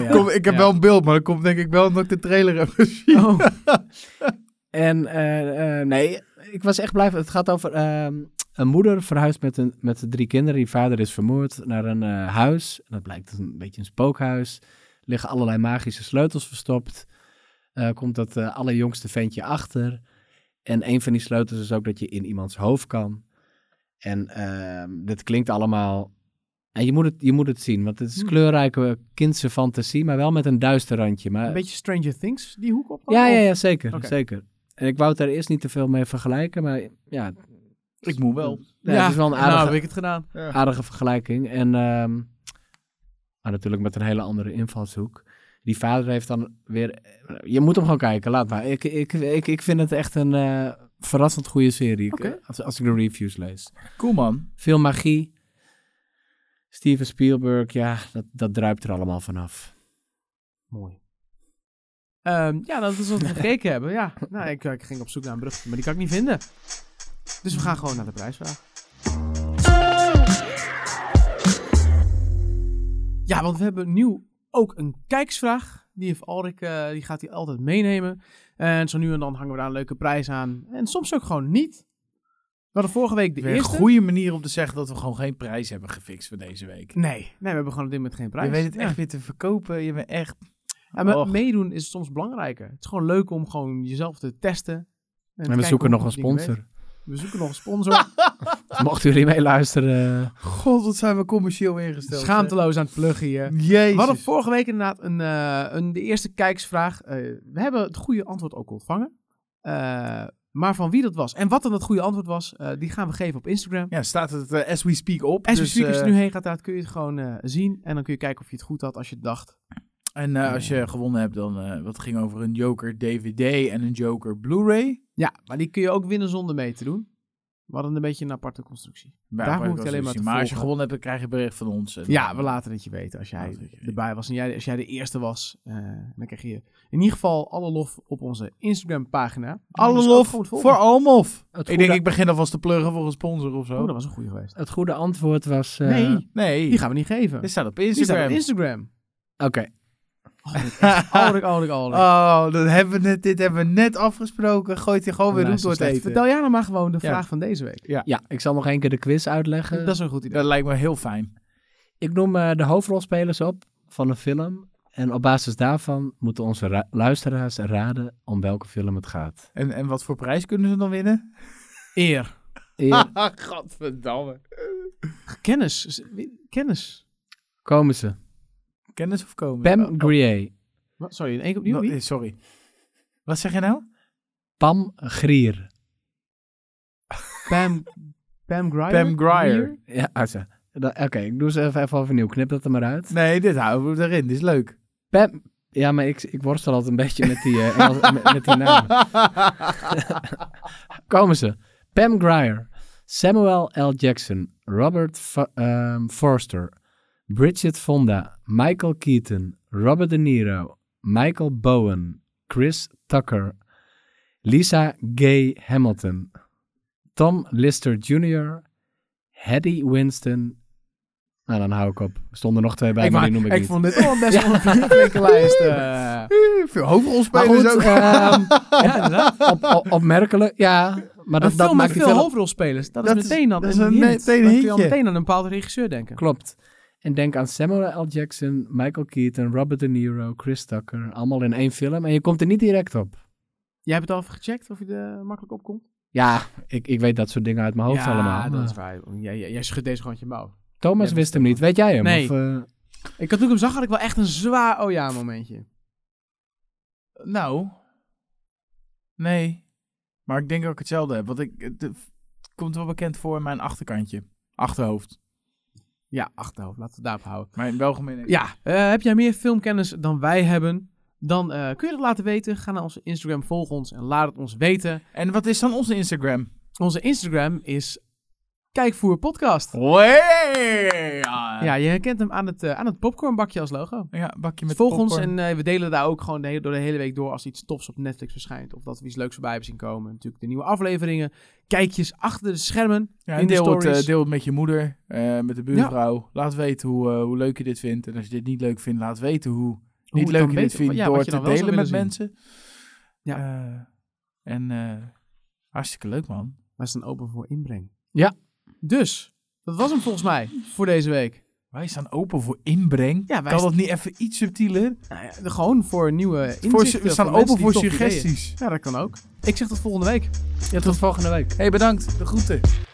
Speaker 1: ja.
Speaker 3: *laughs* Kom, ik heb
Speaker 2: Ja.
Speaker 3: wel een beeld, maar dat komt denk ik wel omdat ik de trailer heb gezien.
Speaker 2: Oh. en eh, eh, nee, ik was echt blij. Het gaat over ehm, een moeder verhuisd met, een, met de drie kinderen. Die vader is vermoord naar een eh, huis. En dat blijkt dus een beetje een spookhuis. Er liggen allerlei magische sleutels verstopt. Eh, komt dat eh, allerjongste ventje achter. En een van die sleutels is ook dat je in iemands hoofd kan. En ehm dit klinkt allemaal... En je moet, het, je moet het zien, want het is
Speaker 1: Hmm.
Speaker 2: kleurrijke kindse fantasie, maar wel met een duister randje. Maar
Speaker 1: Een beetje Stranger Things, die hoek op dan?
Speaker 2: ja, ja,
Speaker 1: Of-
Speaker 2: ja, zeker,
Speaker 1: Oké.
Speaker 2: zeker. En ik wou het daar eerst niet te veel mee vergelijken, maar ja,
Speaker 3: Ik moet wel.
Speaker 2: nee, het is wel een
Speaker 1: Nou,
Speaker 2: aardige,
Speaker 1: heb ik het gedaan.
Speaker 3: Ah,
Speaker 2: aardige vergelijking. En ehm, maar natuurlijk met een hele andere invalshoek. Die vader heeft dan weer... Je moet hem gewoon kijken, laat maar. Ik, ik, ik, ik vind het echt een eh, verrassend goede serie ik- eh,
Speaker 1: Oké.
Speaker 2: als, als ik de reviews lees.
Speaker 3: Cool man.
Speaker 2: Veel magie. Steven Spielberg, ja, dat, dat druipt er allemaal vanaf.
Speaker 1: Mooi. Ehm, ja, dat is wat we gekeken hebben. Ja, nou, ik, ik ging op zoek naar een brugje, maar die kan ik niet vinden. Dus we gaan gewoon naar de prijsvraag. Ja, want we hebben nieuw ook een kijksvraag. Die heeft Alrik, eh, die gaat hij altijd meenemen. En zo nu en dan hangen we daar een leuke prijs aan. En soms ook gewoon niet. We hadden vorige week de
Speaker 3: Weer een
Speaker 1: eerste.
Speaker 3: goede manier om te zeggen dat we gewoon geen prijs hebben gefixt voor deze week.
Speaker 1: Nee, nee, we hebben gewoon op dit moment geen prijs.
Speaker 3: Je weet het
Speaker 1: Ja.
Speaker 3: echt weer te verkopen. Je bent echt...
Speaker 1: Ja, maar
Speaker 3: Och.
Speaker 1: meedoen is soms belangrijker. Het is gewoon leuk om gewoon jezelf te testen. En, te
Speaker 2: En we
Speaker 1: kijken
Speaker 2: zoeken
Speaker 1: hoe
Speaker 2: nog een
Speaker 1: goed dingen werken.
Speaker 2: sponsor. Dus
Speaker 1: We zoeken nog een *laughs* sponsor.
Speaker 2: Mochten jullie
Speaker 1: *laughs*
Speaker 2: meeluisteren...
Speaker 3: God, wat zijn we commercieel ingesteld.
Speaker 1: Schaamteloos aan het pluggen hier.
Speaker 3: Jezus.
Speaker 1: We hadden vorige week inderdaad een, eh, een, de eerste kijksvraag. Eh, we hebben het goede antwoord ook ontvangen. Eh, maar van wie dat was en wat dan het goede antwoord was, eh, die gaan we geven op Instagram.
Speaker 3: Ja, staat het eh, As We Speak op.
Speaker 1: Als je
Speaker 3: dus,
Speaker 1: speakers
Speaker 3: eh,
Speaker 1: er nu heen gaat, daar kun je het gewoon eh, zien. En dan kun je kijken of je het goed had als je het dacht.
Speaker 3: En eh, als je gewonnen hebt, dan... eh wat ging over een Joker DVD en een Joker Blu-ray.
Speaker 1: Ja, maar die kun je ook winnen zonder mee te doen. We hadden een beetje een aparte constructie.
Speaker 3: Maar
Speaker 1: Daar
Speaker 3: ja,
Speaker 1: moet ik
Speaker 3: wel
Speaker 1: alleen maar
Speaker 3: zien.
Speaker 1: te
Speaker 3: Maar als je
Speaker 1: volgen.
Speaker 3: gewonnen hebt, dan krijg je een bericht van ons. En eh,
Speaker 1: Ja,
Speaker 3: dan-
Speaker 1: we laten het je weten als jij
Speaker 3: Laten we het je weten.
Speaker 1: erbij was en jij, als jij de eerste was. eh, dan krijg je in ieder geval alle lof op onze Instagram pagina.
Speaker 3: Alle lof voor Almof.
Speaker 2: Het
Speaker 3: Ik denk, ik begin alvast te pluggen voor een sponsor of
Speaker 1: Oh,
Speaker 3: zo.
Speaker 1: dat was een goede geweest.
Speaker 2: Het goede antwoord was. eh,
Speaker 1: nee,
Speaker 3: Nee,
Speaker 1: die gaan we niet geven.
Speaker 3: dit
Speaker 1: Die
Speaker 3: staat op
Speaker 1: staat
Speaker 3: Instagram.
Speaker 1: op Instagram.
Speaker 2: Oké.
Speaker 1: *laughs*
Speaker 2: Aldrik, aldrik, aldrik.
Speaker 3: Oh, dat hebben we net, dit hebben we net afgesproken. Gooit hij gewoon weer
Speaker 2: Nou,
Speaker 3: roet
Speaker 2: is
Speaker 3: door het
Speaker 2: slecht.
Speaker 3: eten.
Speaker 1: Vertel jij nou maar gewoon de
Speaker 3: Ja.
Speaker 1: vraag van deze week.
Speaker 2: Ja, ik zal nog één keer de quiz uitleggen.
Speaker 1: Dat is een goed idee.
Speaker 3: Dat lijkt me heel fijn.
Speaker 2: Ik noem eh, de hoofdrolspelers op van een film. En op basis daarvan moeten onze ra- luisteraars raden om welke film het gaat.
Speaker 3: En, en wat voor prijs kunnen ze dan winnen?
Speaker 1: Eer.
Speaker 2: Eer
Speaker 1: *laughs*
Speaker 3: Godverdamme.
Speaker 1: Kennis. Z- wie- Kennis.
Speaker 2: komen ze.
Speaker 3: Kennis of komen? Oh, oh.
Speaker 2: Pam Grier.
Speaker 1: Wat? Sorry, in één keer opnieuw.
Speaker 3: No,
Speaker 1: wie?
Speaker 3: eh, sorry. Wat zeg je nou?
Speaker 2: Pam Grier.
Speaker 1: Pam, Pam Grier.
Speaker 3: Pam Grier.
Speaker 2: Ja, uit. Dat- Oké, ik doe ze even, even overnieuw. Knip dat er maar uit.
Speaker 3: Nee, dit houden we erin. Dit is leuk.
Speaker 2: Pam. Ja, maar ik, ik worstel altijd een beetje met die, eh, Engels- *laughs* met, met die
Speaker 3: Nou. *laughs*
Speaker 2: naam. Komen ze. Pam Grier. Samuel L. Jackson. Robert Fa- ehm, Forster. Bridget Fonda. Michael Keaton. Robert De Niro. Michael Bowen. Chris Tucker. Lisa Gay Hamilton. Tom Lister Jr. Hedy Winston. Nou, dan hou ik op. Er stonden nog twee bij,
Speaker 1: Ik,
Speaker 2: maar,
Speaker 1: maar,
Speaker 2: die noem ik,
Speaker 1: ik
Speaker 2: niet.
Speaker 1: vond dit al best
Speaker 3: *laughs*
Speaker 1: wel een flinke lijst. eh.
Speaker 3: Veel hoofdrolspelers ook.
Speaker 2: ehm, op, op- opmerkelijk, ja. Maar dat,
Speaker 1: een
Speaker 2: dat
Speaker 1: film met
Speaker 2: maakt die
Speaker 1: veel
Speaker 2: film
Speaker 1: hoofdrolspelers. Dat,
Speaker 3: Dat
Speaker 1: is
Speaker 3: is-
Speaker 1: meteen dan
Speaker 3: dat is
Speaker 1: een
Speaker 3: een
Speaker 1: hint.
Speaker 3: meteen een
Speaker 1: Dan kun je al
Speaker 3: hintje.
Speaker 1: meteen aan een bepaalde regisseur denken.
Speaker 2: Klopt. En denk aan Samuel L. Jackson, Michael Keaton, Robert De Niro, Chris Tucker. Allemaal in één film. En je komt er niet direct op.
Speaker 1: Jij hebt het al even gecheckt of je er makkelijk op komt? Ah.
Speaker 2: Ja, ik, ik weet dat soort dingen uit mijn hoofd
Speaker 1: ja,
Speaker 2: allemaal.
Speaker 1: dat is
Speaker 2: Maar
Speaker 1: waar. Jij, jij, jij schudt deze gewoon uit je mouw.
Speaker 2: Thomas
Speaker 1: Ja,
Speaker 2: wist hem niet. Weet jij hem?
Speaker 1: Nee.
Speaker 2: Of, eh,
Speaker 1: Ik had toen ik hem zag, had ik wel echt een zwaar oh ja momentje.
Speaker 3: Nou. Nee. Maar ik denk dat ik hetzelfde heb. Want ik, het, eh, komt wel bekend voor in mijn achterkantje. Achterhoofd.
Speaker 1: Ja, achterhoofd. Laten we het daarop houden.
Speaker 3: Maar in welgemeen.
Speaker 1: Ja, eh, heb jij meer filmkennis dan wij hebben? Dan eh, kun je dat laten weten. Ga naar onze Instagram, volg ons en laat het ons weten.
Speaker 3: En wat is dan onze Instagram?
Speaker 1: Onze Instagram is Kijkvoer Podcast.
Speaker 3: Hey! Ah.
Speaker 1: Ja, je herkent hem aan het, eh, aan het popcornbakje als logo.
Speaker 3: Ja, bakje met
Speaker 1: Volg ons
Speaker 3: popcorn.
Speaker 1: en eh, we delen daar ook gewoon de hele, door de hele week door als iets tofs op Netflix verschijnt. Of dat we iets leuks voorbij hebben zien komen. Natuurlijk de nieuwe afleveringen, kijkjes achter de schermen.
Speaker 3: Ja,
Speaker 1: in
Speaker 3: en
Speaker 1: de
Speaker 3: deel, het, eh,
Speaker 1: stories.
Speaker 3: deel het met je moeder, eh, met de buurvrouw. Laat weten hoe, eh, hoe leuk je dit vindt. En als je dit niet leuk vindt, laat weten hoe,
Speaker 1: Hoe
Speaker 3: niet
Speaker 1: het dan
Speaker 3: leuk je dit
Speaker 1: beter-
Speaker 3: vindt
Speaker 1: ja,
Speaker 3: door
Speaker 1: wat je
Speaker 3: te
Speaker 1: dan wel zou
Speaker 3: delen met
Speaker 1: willen zien.
Speaker 3: mensen.
Speaker 1: Ja.
Speaker 3: Eh, en eh, hartstikke leuk, man.
Speaker 1: Wij staan open voor inbreng.
Speaker 2: Ja.
Speaker 1: Dus, dat was hem volgens mij voor deze week.
Speaker 3: Wij staan open voor inbreng.
Speaker 1: Ja, wij
Speaker 3: kan
Speaker 1: st-
Speaker 3: dat niet even iets subtieler?
Speaker 1: Nou ja, gewoon voor nieuwe inzichten.
Speaker 3: Voor, su- we staan
Speaker 1: van
Speaker 3: open
Speaker 1: mensen die
Speaker 3: voor
Speaker 1: toffe ideeën.
Speaker 3: suggesties.
Speaker 1: Ja, dat kan ook. Ik zeg tot volgende week.
Speaker 2: ja, tot volgende week.
Speaker 3: hey, bedankt. De groeten.